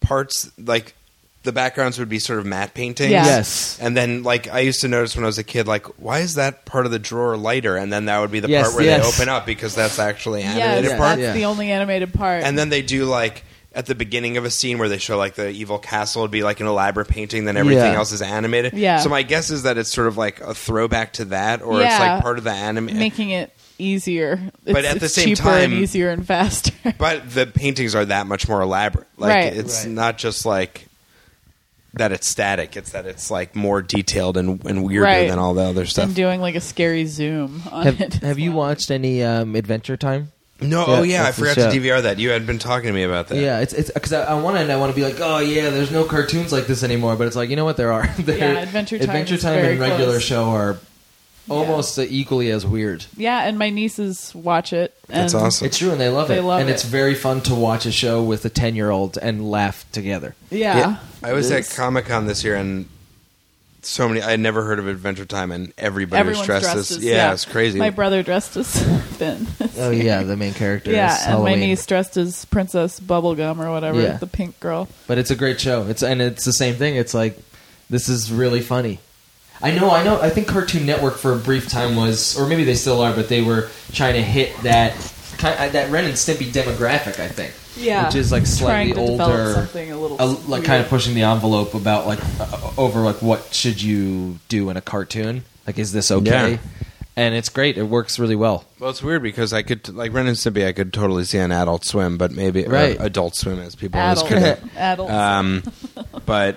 S2: parts, like the backgrounds would be sort of matte paintings.
S4: Yeah.
S3: Yes.
S2: And then, like, I used to notice when I was a kid, like, why is that part of the drawer lighter? And then that would be the
S3: Yes,
S2: part where
S3: yes.
S2: they open up because that's actually
S4: Yes,
S2: animated
S3: yeah.
S2: part.
S4: that's the only animated part.
S2: And then they do, like, at the beginning of a scene where they show like the evil castle would be like an elaborate painting, then everything
S3: Yeah.
S2: else is animated.
S4: Yeah.
S2: So my guess is that it's sort of like a throwback to that, or it's
S4: Yeah.
S2: like part of the anime.
S4: making it easier,
S2: But
S4: It's-
S2: at the
S4: it's
S2: same
S4: cheaper and
S2: time-
S4: easier and faster.
S2: But the paintings are that much more elaborate. Like
S4: Right.
S2: it's
S3: Right.
S2: not just like that it's static, it's that it's like more detailed and, and weirder
S4: Right.
S2: than all the other
S4: and
S2: stuff.
S4: doing like a scary zoom on
S3: have,
S4: it.
S3: have you watched any um, Adventure Time?
S2: no,
S3: Yeah,
S2: oh yeah, I
S3: that's the
S2: forgot to
S3: show.
S2: DVR that. You had been talking to me about that.
S3: Yeah, it's it's because I, I want to. I want to be like, oh yeah, there's no cartoons like this anymore. But it's like you know what there are. There-
S4: Yeah, Adventure Time
S3: Adventure
S4: is
S3: Time
S4: very
S3: and regular
S4: close.
S3: show are almost uh, equally as weird.
S4: Yeah, and my nieces watch it. And
S2: That's awesome.
S3: It's true, and they love
S4: They
S3: it.
S4: love
S3: and
S4: it.
S3: it's very fun to watch a show with a ten year old and laugh together.
S4: Yeah.
S2: I was at
S4: Yes.
S2: Comic Con this year and so many I had never heard of Adventure Time and everybody
S4: Everyone's
S2: was dressed, as, yeah, it's crazy.
S4: My brother dressed as Ben.
S3: Oh yeah, the main character.
S4: Yeah,
S3: is
S4: and
S3: Halloween.
S4: my niece dressed as Princess Bubblegum or whatever,
S3: Yeah.
S4: the pink girl.
S3: but it's a great show. It's and it's the same thing. It's like this is really funny. I know, I know. I think Cartoon Network for a brief time was, or maybe they still are, but they were trying to hit that ki- uh, that Ren and Stimpy demographic. I think,
S4: Yeah.
S3: which is like slightly
S4: Trying to develop
S3: older,
S4: something a little
S3: like kind
S4: weird.
S3: of pushing the envelope about like uh, over like what should you do in a cartoon? Like, is this okay?
S2: Yeah.
S3: And it's great. It works really well.
S2: well it's weird because I could like Ren and Stimpy I could totally see an adult swim, but maybe or
S3: Right.
S2: adult swim as people always
S4: Adult.
S2: could have.
S4: Adult.
S3: Uh,
S2: Um, but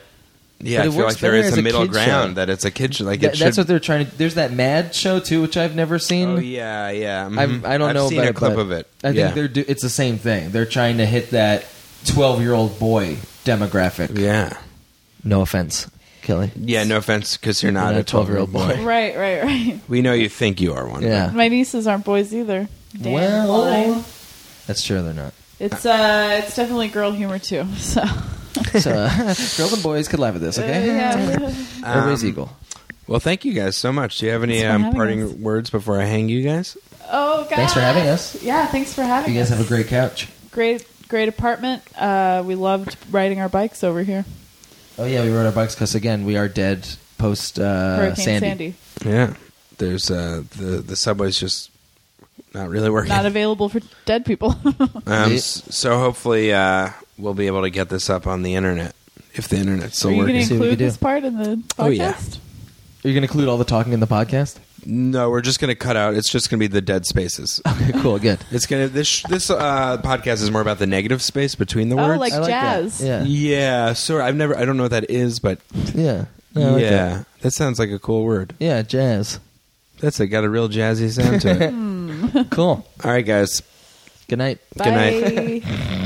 S2: yeah,
S3: But it
S2: I feel
S3: works
S2: like there
S3: better
S2: is
S3: as
S2: a
S3: a
S2: middle
S3: kid's show.
S2: ground that it's a kid show. Like
S3: Th-
S2: it
S3: that's what
S2: should.
S3: they're trying to. There's that Mad show too, which I've never seen.
S2: oh yeah, yeah. mhm.
S3: I've, I don't
S2: I've
S3: know
S2: Seen
S3: about
S2: a
S3: it,
S2: clip
S3: but
S2: of it.
S3: I think
S2: yeah.
S3: they're do, it's the same thing. They're trying to hit that twelve year old boy demographic.
S2: Yeah,
S3: No offense, Kelly.
S2: yeah. No offense, because you're not
S3: not
S2: a
S3: a 12-year-old
S2: twelve-year-old boy.
S3: boy.
S4: right, right, right.
S2: We know you think you are one. but-
S3: Yeah.
S4: My nieces aren't boys either. Damn
S3: Well-
S4: lie.
S3: That's true. They're not.
S4: it's uh, it's definitely girl humor too. So
S3: So, girls and boys could laugh at this. Okay,
S4: yeah.
S3: everybody's
S2: Um,
S3: equal.
S2: Well, thank you guys so much. Do you have any
S4: Thanks for
S2: um,
S4: having
S2: parting
S4: us.
S2: words before I hang you guys?
S4: Oh God.
S3: Thanks for having us.
S4: Yeah, thanks for having
S3: You guys
S4: us.
S3: have a great couch.
S4: great, great apartment. Uh, we loved riding our bikes over here.
S3: Oh yeah, we rode our bikes because again, we are dead post uh,
S4: Hurricane
S3: Sandy.
S4: Sandy.
S2: Yeah. There's uh, the the subway's just not really working.
S4: not available for dead people.
S2: um, s- so hopefully uh, we'll be able to get this up on the internet. if the internet's
S4: Are
S2: still
S4: you going to
S2: working.
S3: see what we
S4: include
S3: do.
S4: this part in the podcast?
S2: Oh, yeah.
S3: Are you going to include all the talking in the podcast?
S2: No, we're just going to cut out. It's just going to be the dead spaces.
S3: Okay, cool, good.
S2: It's gonna this this uh, podcast is more about the negative space between the
S4: Oh,
S2: words.
S4: like-
S3: I like that.
S4: Jazz.
S3: Yeah.
S2: yeah, sure. I've never. I don't know what that is, but
S3: Yeah. No, I like
S2: yeah,
S3: that.
S2: that. sounds like a cool word.
S3: Yeah, jazz.
S2: That's it. Got a real jazzy sound to it.
S3: Cool.
S2: All right, guys.
S3: Good night.
S2: Good night.
S4: Bye.